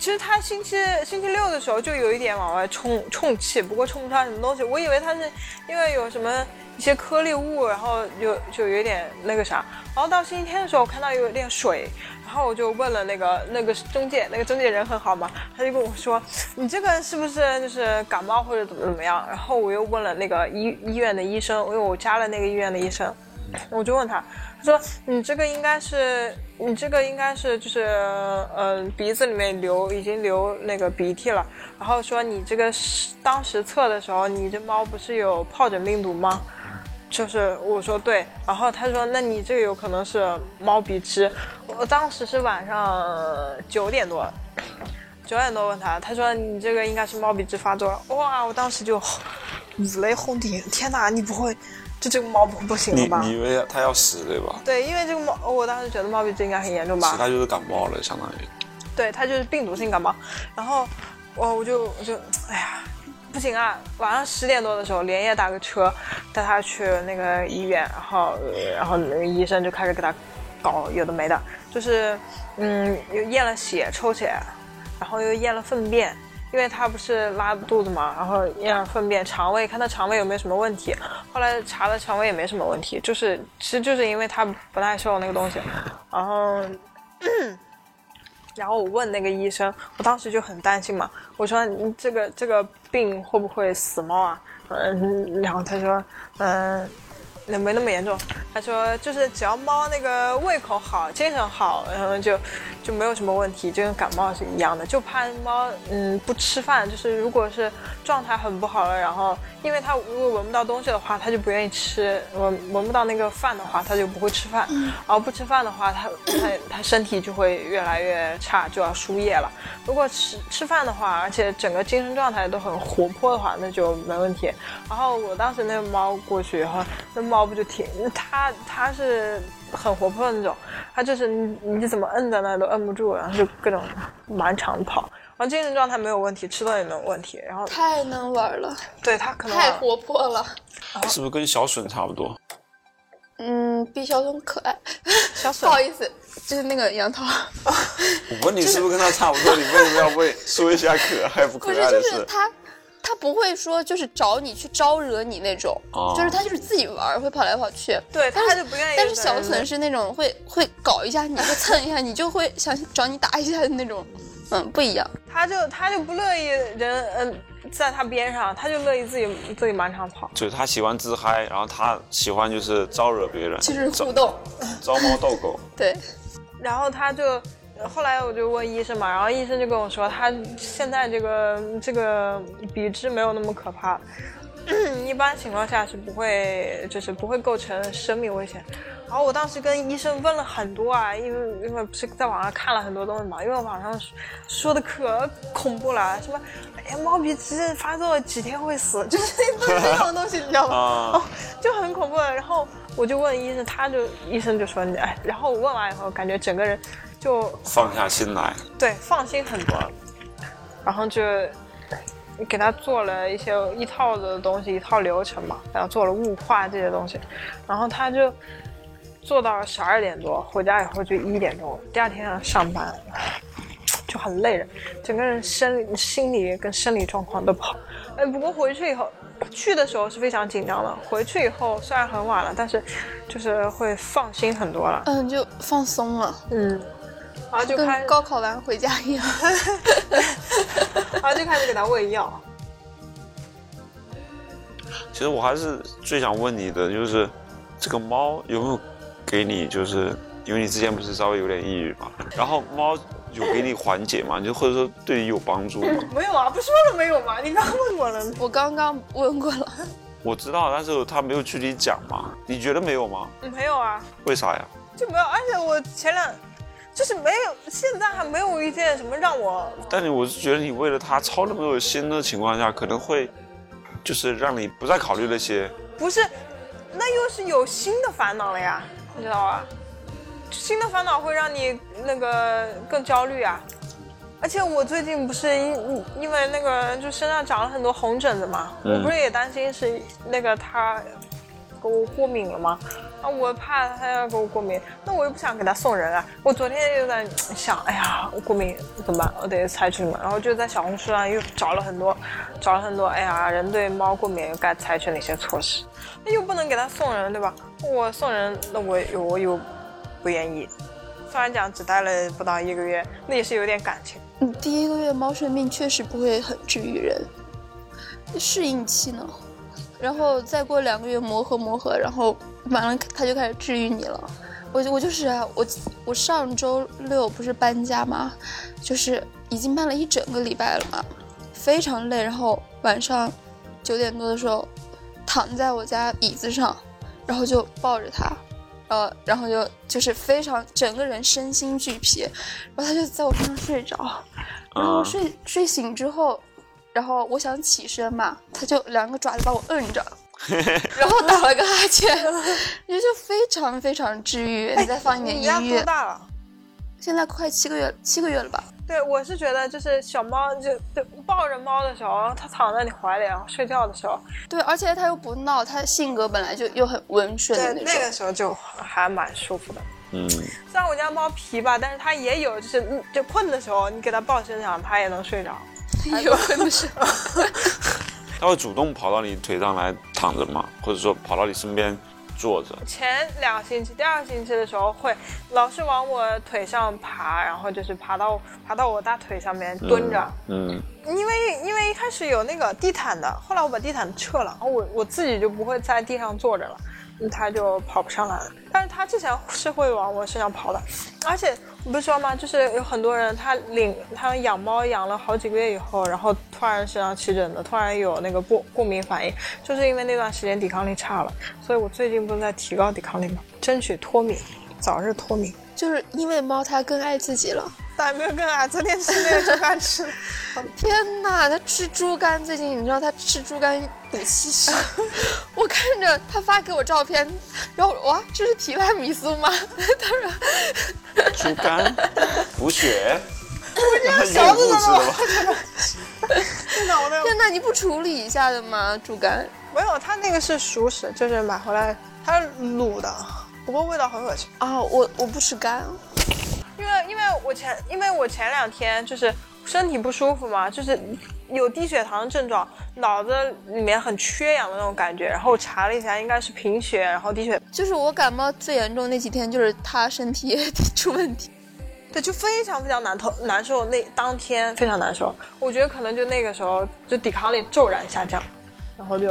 Speaker 3: 其实他星期星期六的时候就有一点往外充充气，不过充不上什么东西。我以为他是因为有什么一些颗粒物，然后就就有点那个啥。然后到星期天的时候，我看到有点水，然后我就问了那个那个中介，那个中介人很好嘛，他就跟我说你这个是不是就是感冒或者怎么怎么样？然后我又问了那个医医院的医生，因为我加了那个医院的医生，我就问他，他说你这个应该是，你这个应该是就是，嗯、鼻子里面流已经流那个鼻涕了，然后说你这个是当时测的时候，你这猫不是有疱疹病毒吗？就是我说对，然后他说那你这个有可能是猫鼻支，我当时是晚上九点多，九点多问他，他说你这个应该是猫鼻支发作了，哇，我当时就 五雷轰顶，天哪，你不会就这个猫不不行
Speaker 1: 你
Speaker 3: 了吧？
Speaker 1: 你以为它要死对吧？
Speaker 3: 对，因为这个猫，我当时觉得猫鼻子应该很严重
Speaker 1: 其实它
Speaker 3: 吧？
Speaker 1: 就是感冒了，相当于。
Speaker 3: 对，它就是病毒性感冒。然后哦我我就我就哎呀，不行啊！晚上十点多的时候，连夜打个车带它去那个医院，然后呃然后那个医生就开始给它搞有的没的，就是嗯，又验了血抽血，然后又验了粪便。因为它不是拉肚子嘛，然后验了粪便、肠胃，看它肠胃有没有什么问题。后来查了肠胃也没什么问题，就是其实就是因为它不太受那个东西，然后然后我问那个医生，我当时就很担心嘛，我说你这个这个病会不会死猫啊？嗯，然后他说，嗯。那没那么严重，他说就是只要猫那个胃口好，精神好，然后就就没有什么问题，就跟感冒是一样的，就怕猫嗯不吃饭，就是如果是状态很不好了，然后因为它如果闻不到东西的话，它就不愿意吃，闻闻不到那个饭的话，它就不会吃饭，然后不吃饭的话，它它它身体就会越来越差，就要输液了。如果吃吃饭的话，而且整个精神状态都很活泼的话，那就没问题。然后我当时那个猫过去以后，那猫不就挺它它是很活泼的那种，它就是你你怎么摁在那都摁不住，然后就各种满场跑。然后精神状态没有问题，吃东西没有问题，然后
Speaker 2: 太能玩了，
Speaker 3: 对它可能
Speaker 2: 太活泼了。
Speaker 3: 哦
Speaker 1: 是不是跟小笋差不多？
Speaker 2: 嗯，毕晓东可爱。
Speaker 3: 小
Speaker 2: 不
Speaker 3: 笋
Speaker 2: 好意思，就是那个杨桃，
Speaker 1: 我问你是不是跟它差不多，你为什么要问说一下可爱不可
Speaker 2: 不是
Speaker 1: 爱
Speaker 2: 就
Speaker 1: 的
Speaker 2: 是
Speaker 1: 事？
Speaker 2: 他，他不会说就是找你去招惹你那种，
Speaker 1: 哦
Speaker 2: 就是他就是自己玩儿，会跑来跑去。
Speaker 3: 对
Speaker 2: 但
Speaker 3: 它就不愿意
Speaker 2: 但是
Speaker 3: 惹
Speaker 2: 小
Speaker 3: 人
Speaker 2: 笋是那种会会搞一下你，会蹭一下你，就会想找你打一下的那种，嗯，不一样。
Speaker 3: 他就他就不乐意人嗯在他边上，他就乐意自己自己满场跑。
Speaker 1: 就是他喜欢自嗨，然后他喜欢就是招惹别人，
Speaker 2: 就是
Speaker 1: 招
Speaker 2: 互动，
Speaker 1: 招猫逗狗。
Speaker 2: 对，
Speaker 3: 然后他就，后来我就问医生嘛，然后医生就跟我说，他现在这个这个鼻支没有那么可怕，嗯一般情况下是不会，就是不会构成生命危险。然后我当时跟医生问了很多啊，因为因为不是在网上看了很多东西嘛，因为网上说说的可恐怖了，什么哎呀猫鼻支发作几天会死， 就是都是这种东西，你知道吗？
Speaker 1: 啊、
Speaker 3: 哦，就很恐怖。然后我就问医生，他就医生就说你，哎，然后我问完以后，感觉整个人就
Speaker 1: 放下心来，
Speaker 3: 对放心很多，然后就给他做了一些一套的东西，一套流程嘛，然后做了雾化这些东西，然后他就。做到十二点多，回家以后就一点钟，第二天要上班，就很累了，整个人生理、心理跟生理状况都不好。哎，不过回去以后，去的时候是非常紧张的，回去以后虽然很晚了，但是就是会放心很多了。
Speaker 2: 嗯，就放松了，
Speaker 3: 嗯，然后就开
Speaker 2: 跟，高考完回家一 样。
Speaker 3: 然后就开始给他喂药。
Speaker 1: 其实我还是最想问你的，就是这个猫有没有给你，就是因为你之前不是稍微有点抑郁嘛，然后猫有给你缓解嘛，你就或者说对你有帮助 吗？
Speaker 3: 没有啊，不说了没有吗？你刚问我了。
Speaker 2: 我刚刚问过了，
Speaker 1: 我知道，但是他没有具体讲嘛，你觉得没有吗？
Speaker 3: 没有啊。
Speaker 1: 为啥呀？
Speaker 3: 就没有，而且我前两就是没有，现在还没有一件什么让我
Speaker 1: 但你我是觉得你为了它操那么多心的情况下，可能会就是让你不再考虑那些。
Speaker 3: 不是，那又是有新的烦恼了呀，你知道吧？新的烦恼会让你那个更焦虑啊。而且我最近不是因因为那个就身上长了很多红疹子嘛，
Speaker 1: 嗯
Speaker 3: 我不是也担心是那个它给我过敏了吗？啊，我怕它要给我过敏，那我又不想给它送人啊。我昨天又在想，哎呀，我过敏怎么办？我得采取什么？然后就在小红书上又找了很多，找了很多，哎呀，人对猫过敏又该采取哪些措施？那又不能给它送人，对吧？我送人，那我有我有不愿意。虽然讲只待了不到一个月，那也是有点感情。
Speaker 2: 你第一个月猫生病确实不会很治愈人，适应期呢，然后再过两个月磨合磨合，然后完了它就开始治愈你了。我就我就是啊，我我上周六不是搬家嘛，就是已经搬了一整个礼拜了嘛，非常累。然后晚上九点多的时候，躺在我家椅子上，然后就抱着它，呃，然后就就是非常整个人身心俱疲，然后它就在我身上睡着，然后
Speaker 1: 啊
Speaker 2: 睡睡醒之后，然后我想起身嘛，它就两个爪子把我摁着。然后打了个哈欠，也就非常非常治愈。你再放一点
Speaker 3: 哎你家
Speaker 2: 音
Speaker 3: 多
Speaker 2: 乐，
Speaker 3: 大了？
Speaker 2: 现在快七个月，七个月了吧？
Speaker 3: 对，我是觉得就是小猫就就抱着猫的时候，它躺在你怀里，然后睡觉的时候，
Speaker 2: 对，而且它又不闹，它性格本来就又很温顺的那
Speaker 3: 那
Speaker 2: 种。
Speaker 3: 个时候就还蛮舒服的。
Speaker 1: 嗯，
Speaker 3: 虽然我家猫皮吧，但是它也有就是嗯就困的时候，你给它抱身上，它也能睡着。
Speaker 2: 有可能 是，
Speaker 1: 它会主动跑到你腿上来躺着嘛，或者说跑到你身边坐着。
Speaker 3: 前两个星期、第二个星期的时候会老是往我腿上爬，然后就是爬到爬到我大腿上面蹲着。
Speaker 1: 嗯，
Speaker 3: 因为因为一开始有那个地毯的，后来我把地毯撤了，然后我我自己就不会在地上坐着了，嗯它就跑不上来了。但是它之前是会往我身上跑的，而且你不是说吗？就是有很多人他领他养猫养了好几个月以后，然后突然身上起疹子，突然有那个过过敏反应，就是因为那段时间抵抗力差了。所以我最近不是在提高抵抗力吗？争取脱敏，早日脱敏。
Speaker 2: 就是因为猫它更爱自己了。
Speaker 3: 但没有跟啊，昨天吃那个猪肝 吃。
Speaker 2: 天哪，它吃猪肝，最近你知道它吃猪肝补气 血，我看着它发给我照片，然后哇，这是提拉米苏吗？ 他说
Speaker 1: 猪肝补 血，我这
Speaker 3: 想
Speaker 1: 有
Speaker 3: 死
Speaker 1: 物质
Speaker 3: 了
Speaker 1: 了吧？
Speaker 3: 脑袋
Speaker 2: 天哪，你不处理一下的吗？猪肝，
Speaker 3: 没有，它那个是熟食，就是买回来它是卤的，不过味道很恶心。
Speaker 2: 啊，我我不吃肝，
Speaker 3: 因为因为我前因为我前两天就是身体不舒服嘛，就是有低血糖的症状，脑子里面很缺氧的那种感觉，然后我查了一下，应该是贫血，然后低血。
Speaker 2: 就是我感冒最严重那几天，就是他身体也出问题。
Speaker 3: 对，就非常非常难头难受，那当天非常难受。我觉得可能就那个时候就抵抗力骤然下降，然后就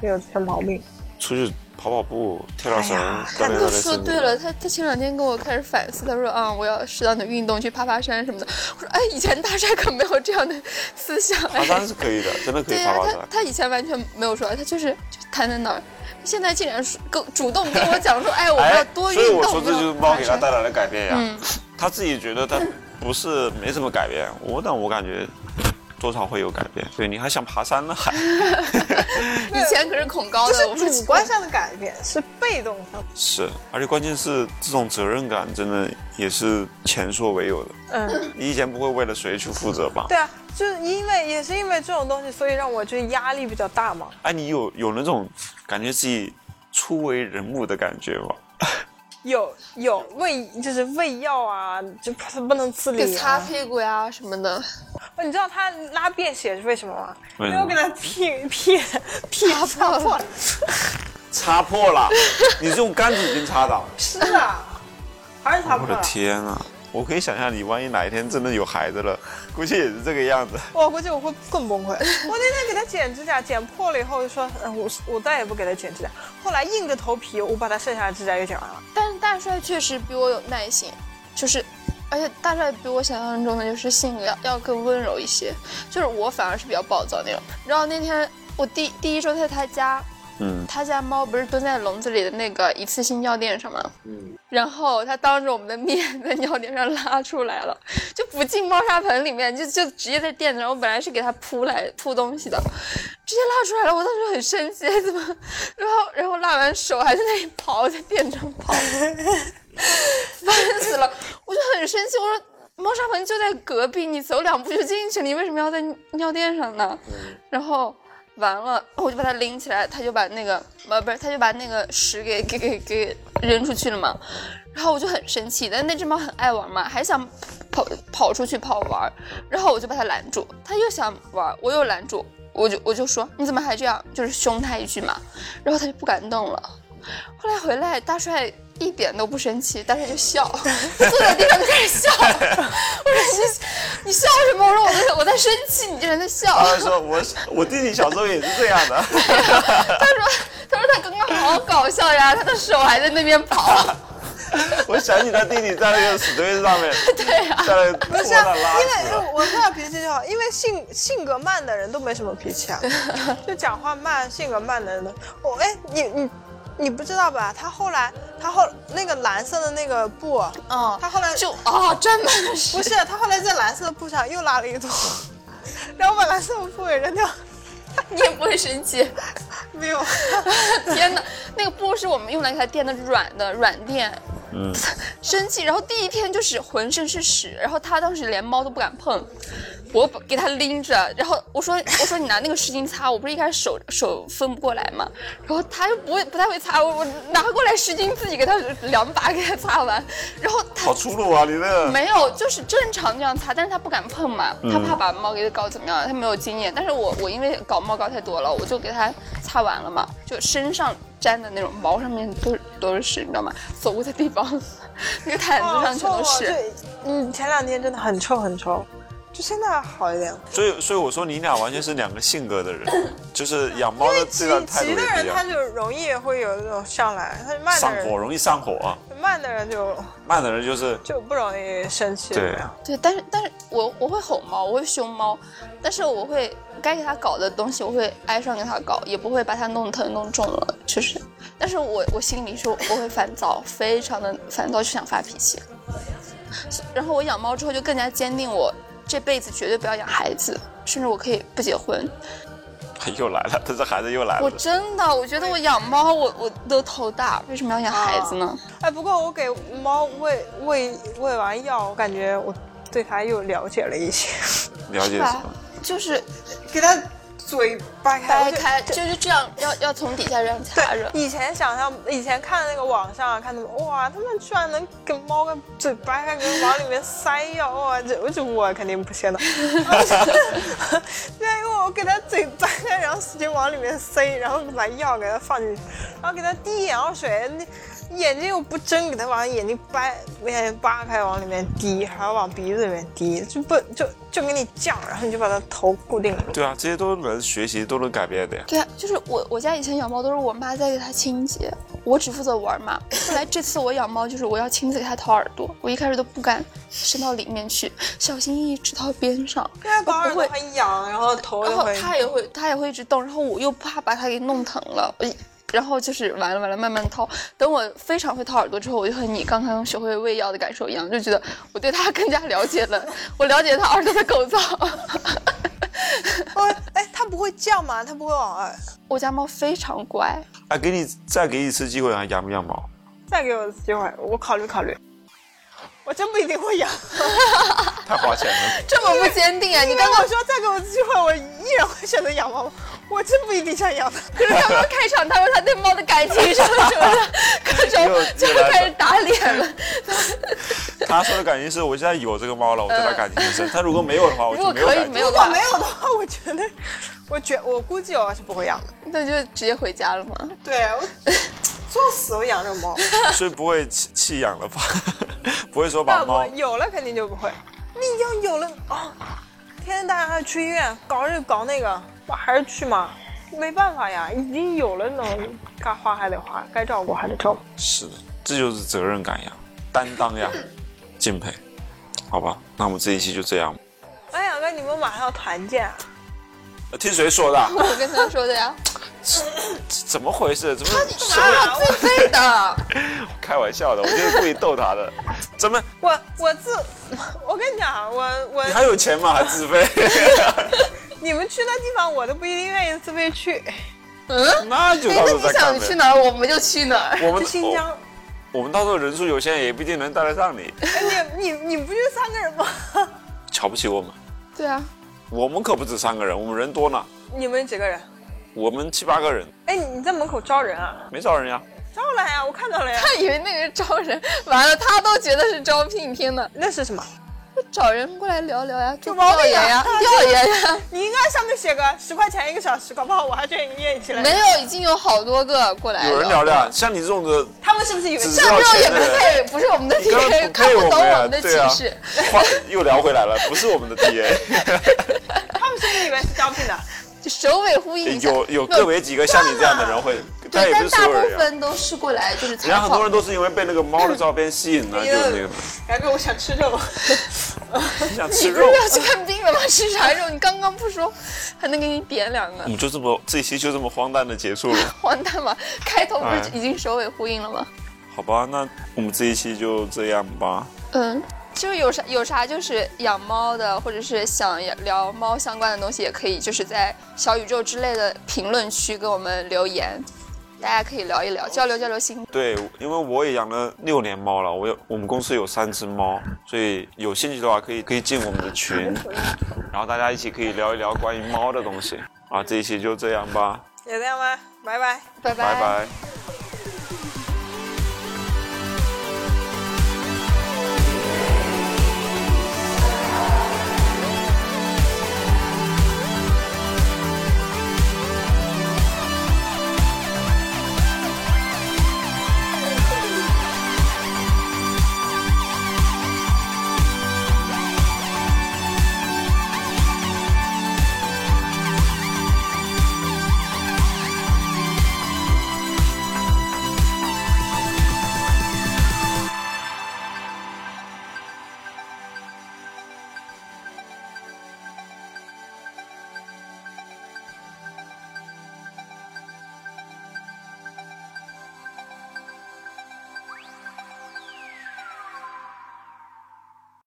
Speaker 3: 就有这些毛病。
Speaker 1: 出去跑跑步，跳跳绳
Speaker 3: 哎呀，
Speaker 1: 锻炼锻
Speaker 2: 他
Speaker 1: 炼
Speaker 2: 说
Speaker 1: 身体
Speaker 2: 对。了，他他前两天跟我开始反思，他说啊，我要适当的运动，去爬爬山什么的。我说哎，以前大帅可没有这样的思想
Speaker 1: 爬
Speaker 2: 哎。
Speaker 1: 山啊是可以的，真的可以
Speaker 2: 对
Speaker 1: 爬
Speaker 2: 啊，
Speaker 1: 爬
Speaker 2: 他
Speaker 1: 山。
Speaker 2: 他以前完全没有说，他就是就瘫在那儿。现在竟然是跟主动跟我讲说，哎，我们要多运
Speaker 1: 所以我
Speaker 2: 动。嗯
Speaker 1: 说这就是猫给他
Speaker 2: 要爬
Speaker 1: 带来
Speaker 2: 山
Speaker 1: 的改变呀。他自己觉得他不是没什么改变，我但我感觉多少会有改变。对，你还想爬山呢？还
Speaker 2: 以前可是恐高
Speaker 3: 就
Speaker 2: 的，我
Speaker 3: 是
Speaker 2: 们
Speaker 3: 主观上的改变，是被动上的。
Speaker 1: 是，而且关键是这种责任感真的也是前所未有的。
Speaker 3: 嗯，
Speaker 1: 你以前不会为了谁去负责吧？
Speaker 3: 对啊，就是因为也是因为这种东西，所以让我就是压力比较大嘛。
Speaker 1: 哎，你有有那种感觉自己初为人母的感觉吗？
Speaker 3: 有有喂，就是喂药啊，就不能自
Speaker 2: 给
Speaker 3: 理、
Speaker 2: 擦
Speaker 3: 啊。哦
Speaker 2: 屁股呀什么的，
Speaker 3: 你知道他拉便血是为什么吗？
Speaker 1: 为什
Speaker 3: 因
Speaker 1: 么
Speaker 3: 为我给他屁屁屁
Speaker 2: 擦
Speaker 3: 擦
Speaker 2: 破
Speaker 3: 破
Speaker 2: 了
Speaker 3: 了。
Speaker 1: 擦破 了，你是用干纸巾擦的？
Speaker 3: 是 啊，还是擦
Speaker 1: 我
Speaker 3: 破
Speaker 1: 的
Speaker 3: 了。
Speaker 1: 天啊！我可以想象你万一哪一天真的有孩子了，估计也是这个样子。
Speaker 3: 哦我估计我会更崩溃。我那天给他剪指甲，剪破了以后就说，嗯，我我再也不给他剪指甲。后来硬着头皮，我把他剩下的指甲也剪完了。
Speaker 2: 但是大帅确实比我有耐心，就是，而且大帅比我想象中的就是性格要要更温柔一些，就是我反而是比较暴躁那种。然后那天我第第一周在他家，
Speaker 1: 嗯，
Speaker 2: 他家猫不是蹲在笼子里的那个一次性尿垫上吗？然后他当着我们的面在尿垫上拉出来了，就不进猫砂盆里面，就就直接在垫子上。我本来是给他铺来铺东西的，直接拉出来了。我当时很生气， 怎么？然后然后拉完手还在那里刨，在垫子上刨，烦死了！我就很生气，我说。猫砂盆就在隔壁，你走两步就进去，你为什么要在尿垫上呢？然后完了，我就把它拎起来，他就把那个呃不是，他就把那个屎给给给给扔出去了嘛。然后我就很生气，但那只猫很爱玩嘛，还想跑跑出去跑玩儿，然后我就把它拦住，它又想玩儿，我又拦住，我就我就说你怎么还这样，就是凶它一句嘛，然后它就不敢动了。后来回来，大帅一点都不生气，大帅就笑，坐在地上就开始笑。 我说你你笑什么？我说我在我在生气，你竟然在笑。
Speaker 1: 他说我我弟弟小时候也是这样 的，
Speaker 2: 他说：“他说他刚刚好搞笑呀，他的手还在那边跑。
Speaker 1: 我想起他弟弟在那个死堆上 面，对呀、在那
Speaker 3: 不
Speaker 1: 拖
Speaker 3: 是、啊，
Speaker 1: 着拉
Speaker 3: 因
Speaker 1: 屎
Speaker 3: 为。我说他脾气就好，因为性性格慢的人都没什么脾 气啊，就讲话慢、性格慢的人呢。我哎，你你你不知道吧？他后来他后那个蓝色的那个 布，啊
Speaker 2: 嗯
Speaker 3: 他后来
Speaker 2: 就啊，沾满了
Speaker 3: 不
Speaker 2: 屎。
Speaker 3: 是他后来在蓝色的布上又拉了一坨， 然后我把蓝色的布给扔掉，
Speaker 2: 你也不会生气。
Speaker 3: 没有。
Speaker 2: 天哪，那个布是我们用来给它垫的软的软垫。嗯， 生气，然后第一天就是浑身是屎，然后他当时连猫都不敢碰，我把给他拎着，然后我说我说你拿那个湿巾擦，我不是一开始手手分不过来嘛，然后他又不会不太会擦，我我拿过来湿巾自己给他两把给他擦完，然后他
Speaker 1: 好粗鲁啊！你这个
Speaker 2: 没有，就是正常这样擦，但是他不敢碰嘛，他怕把猫给搞怎么样，他没有经验。但是我我因为搞猫搞太多了，我就给他擦完了嘛，就身上沾的那种毛上面都是都是屎，你知道吗？走过的地方， 那个毯
Speaker 3: 啊
Speaker 2: 子上全都是。
Speaker 3: 嗯，前两天真的很臭很臭，就现在好一点。
Speaker 1: 所以所以我说你俩完全是两个性格的人，就是养猫的这
Speaker 3: 急
Speaker 1: 段态度
Speaker 3: 急
Speaker 1: 也
Speaker 3: 的
Speaker 1: 不一
Speaker 3: 人他
Speaker 1: 样。
Speaker 3: 就容易会有那种上来，他慢
Speaker 1: 上
Speaker 3: 的
Speaker 1: 火
Speaker 3: 人
Speaker 1: 容易上火，啊
Speaker 3: 慢的人就
Speaker 1: 慢的人就是
Speaker 3: 就不容易生气。
Speaker 1: 对
Speaker 3: 怎么样
Speaker 2: 对，但是但是我我会吼猫，我会凶猫，但是我会该给它搞的东西，我会挨上给它搞，也不会把它弄疼弄重了，就是。但是我我心里是我会烦躁，非常的烦躁，就想发脾气。所然后我养猫之后就更加坚定我这辈子绝对不要养孩子，甚至我可以不结婚。
Speaker 1: 又来了，他这孩子又来
Speaker 2: 我
Speaker 1: 了。
Speaker 2: 真的，我觉得我养猫，我我都头大，为什么要养孩子呢？
Speaker 3: 哎，不过我给猫喂喂喂完药，我感觉我对它又了解了一些，
Speaker 1: 了解
Speaker 2: 是
Speaker 1: 什
Speaker 2: 吧
Speaker 1: 么？？
Speaker 2: 就是
Speaker 3: 给它嘴掰开
Speaker 2: 掰
Speaker 3: 哎我就
Speaker 2: 开，就是这样，要要从底下这样擦
Speaker 3: 对
Speaker 2: 着，。
Speaker 3: 以前想象，以前看那个网上看他们，哇，他们居然能给猫个嘴掰开，给往里面塞药，哇，这我这我肯定不行的。对，因为我后我给它嘴张开，然后使劲往里面塞，然后把药给它放进去，然后给它滴眼药水，那眼睛又不睁，给它往眼睛掰，眼睛扒开往里面滴，还要往鼻子里面滴，就不就就给你降，然后你就把它头固定住。
Speaker 1: 对啊，这些都能学习，都能改变的呀。
Speaker 2: 对啊，就是我我家以前养猫都是我妈在给它清洁，我只负责玩嘛。后来这次我养猫就是我要亲自给它掏耳朵，我一开始都不敢伸到里面去，小心翼翼只掏边上，
Speaker 3: 因为把耳
Speaker 2: 不
Speaker 3: 朵
Speaker 2: 会
Speaker 3: 很痒，然后头
Speaker 2: 然
Speaker 3: 又
Speaker 2: 后
Speaker 3: 很
Speaker 2: 它也会它也会一直动，然后我又怕把它给弄疼了，我一然后就是完了完了，慢慢掏。等我非常会掏耳朵之后，我就和你刚刚学会喂药的感受一样，就觉得我对它 更加了解了，我了解它耳朵的构造。
Speaker 3: 哦，哎，它不会叫吗？它不会哦哎往耳。
Speaker 2: 我家猫非常乖，
Speaker 1: 啊，给你再给你一次机会啊，养不养猫？
Speaker 3: 再给我一次机会，我考虑考虑。我真不一定会养。
Speaker 1: 太花钱 了。
Speaker 2: 这么不坚定啊！你
Speaker 3: 你
Speaker 2: 刚
Speaker 3: 跟
Speaker 2: 刚
Speaker 3: 我说再给我一次机会，我依然会选择养猫吗。我真不一定想养它。
Speaker 2: 可是他刚开场，他说他对猫的感情什么什么的，各
Speaker 1: 又
Speaker 2: 种就
Speaker 1: 又来了
Speaker 2: 开始打脸了。
Speaker 1: 他说的感情是我现在有这个猫了，我对它
Speaker 2: 嗯
Speaker 1: 感情很深。他如果没有的话，我
Speaker 2: 如
Speaker 1: 就
Speaker 2: 果
Speaker 1: 没有
Speaker 2: 可以
Speaker 1: 感
Speaker 2: 没
Speaker 1: 情。
Speaker 2: 有的
Speaker 3: 如果
Speaker 2: 话，
Speaker 3: 没有的话，我觉得，我觉我估计我是不会养的。
Speaker 2: 那就直接回家了嘛。
Speaker 3: 对，我作死我养这种猫。
Speaker 1: 所以不会弃弃养了吧？ 不会说把
Speaker 3: 那
Speaker 1: 猫
Speaker 3: 我有了肯定就不会。你要有了哦，天天带着它去医院搞这搞那个，我还是去嘛。没办法呀，已经有了那种该花还得花，该照顾还得照顾。
Speaker 1: 是的，这就是责任感呀，担当呀，敬佩。好吧，那我们这一期就这样。
Speaker 3: 哎呀，哥，你们马上要团建啊？
Speaker 1: 呃听谁说的啊？
Speaker 2: 我跟他说的呀，
Speaker 1: 这怎么回事？怎么什
Speaker 2: 哪
Speaker 1: 么
Speaker 2: 有最废啊的？
Speaker 1: 开玩笑的？我就是故意逗他的。怎么？
Speaker 3: 我我自，我跟你讲，啊我我
Speaker 1: 你还有钱吗？还自 费？
Speaker 3: 你们去那地方，我都不一定愿意自费去。
Speaker 2: 嗯，
Speaker 1: 那就到
Speaker 2: 那
Speaker 1: 时候
Speaker 2: 你
Speaker 1: 再看
Speaker 2: 想
Speaker 1: 呗
Speaker 2: 去。哪儿，我们就去哪儿。
Speaker 1: 我们
Speaker 3: 去新疆，
Speaker 1: 我，我们到时候人数有限，也不一定能带得上你。
Speaker 3: 哎，你你你不就三个人吗？
Speaker 1: 瞧不起我们？
Speaker 2: 对啊，
Speaker 1: 我们可不止三个人，我们人多呢，
Speaker 3: 你们几个人？
Speaker 1: 我们七八个人，
Speaker 3: 哎，你你在门口招人啊？
Speaker 1: 没少人呀。
Speaker 3: 招了呀，我看到了呀。
Speaker 2: 他以为那个是招人，完了他都觉得是招聘，天哪！
Speaker 3: 那是什么？
Speaker 2: 找人过来聊聊呀，做
Speaker 3: 毛病啊
Speaker 2: 调研呀，调研呀。
Speaker 3: 你应该上面写个十块钱一个小时，搞不好我还愿意愿意起来。
Speaker 2: 没有，已经有好多个过来了。
Speaker 1: 有人聊聊，像你这种 的
Speaker 3: 他们是不是以为
Speaker 1: 只
Speaker 3: 是
Speaker 1: 知
Speaker 2: 这
Speaker 1: 道
Speaker 2: 种也
Speaker 1: 钱
Speaker 2: 不
Speaker 1: 的人，
Speaker 2: 配，不是我们的
Speaker 1: 根本
Speaker 2: TA，
Speaker 1: 不
Speaker 2: 看
Speaker 1: 配
Speaker 2: 不
Speaker 1: 我
Speaker 2: 懂
Speaker 1: 们呀
Speaker 2: 我们的
Speaker 1: 对啊
Speaker 2: 启示。
Speaker 1: 话又聊回来了，不是我们的 TA，
Speaker 3: 他们是不是以为是招聘 的？
Speaker 2: 就首尾呼应一下。
Speaker 1: 有有
Speaker 2: 没
Speaker 1: 个别几个像你这样的人会，但也
Speaker 2: 对，
Speaker 1: 不
Speaker 2: 但
Speaker 1: 是所
Speaker 2: 大
Speaker 1: 有人
Speaker 2: 部
Speaker 1: 呀。
Speaker 2: 分都是过来就是采
Speaker 1: 人家
Speaker 2: 访。
Speaker 1: 很多人都是因为被那个猫的照片吸 引了，
Speaker 3: 哎
Speaker 1: 就
Speaker 3: 呦
Speaker 1: 是那个
Speaker 3: 然后我想吃肉，
Speaker 1: 你想吃
Speaker 2: 你不
Speaker 1: 肉
Speaker 2: 是。要去看病了吗？吃啥肉？你刚刚不说还能给你点两个
Speaker 1: 我？们就这么这一期就这么荒诞的结束了，
Speaker 2: 荒诞吧！开头不
Speaker 1: 哎
Speaker 2: 是已经首尾呼应了吗？
Speaker 1: 好吧？那我们这一期就这样吧。
Speaker 2: 嗯，就是有啥有啥就是养猫的，或者是想聊猫相关的东西，也可以就是在小宇宙之类的评论区给我们留言，大家可以聊一聊，交流交流心。
Speaker 1: 对，因为我也养了六年猫了，我有我们公司有三只猫，所以有兴趣的话可以可以进我们的群，然后大家一起可以聊一聊关于猫的东西啊。这一期就这样吧，
Speaker 3: 也这样吧，拜拜。
Speaker 2: 拜
Speaker 1: 拜拜。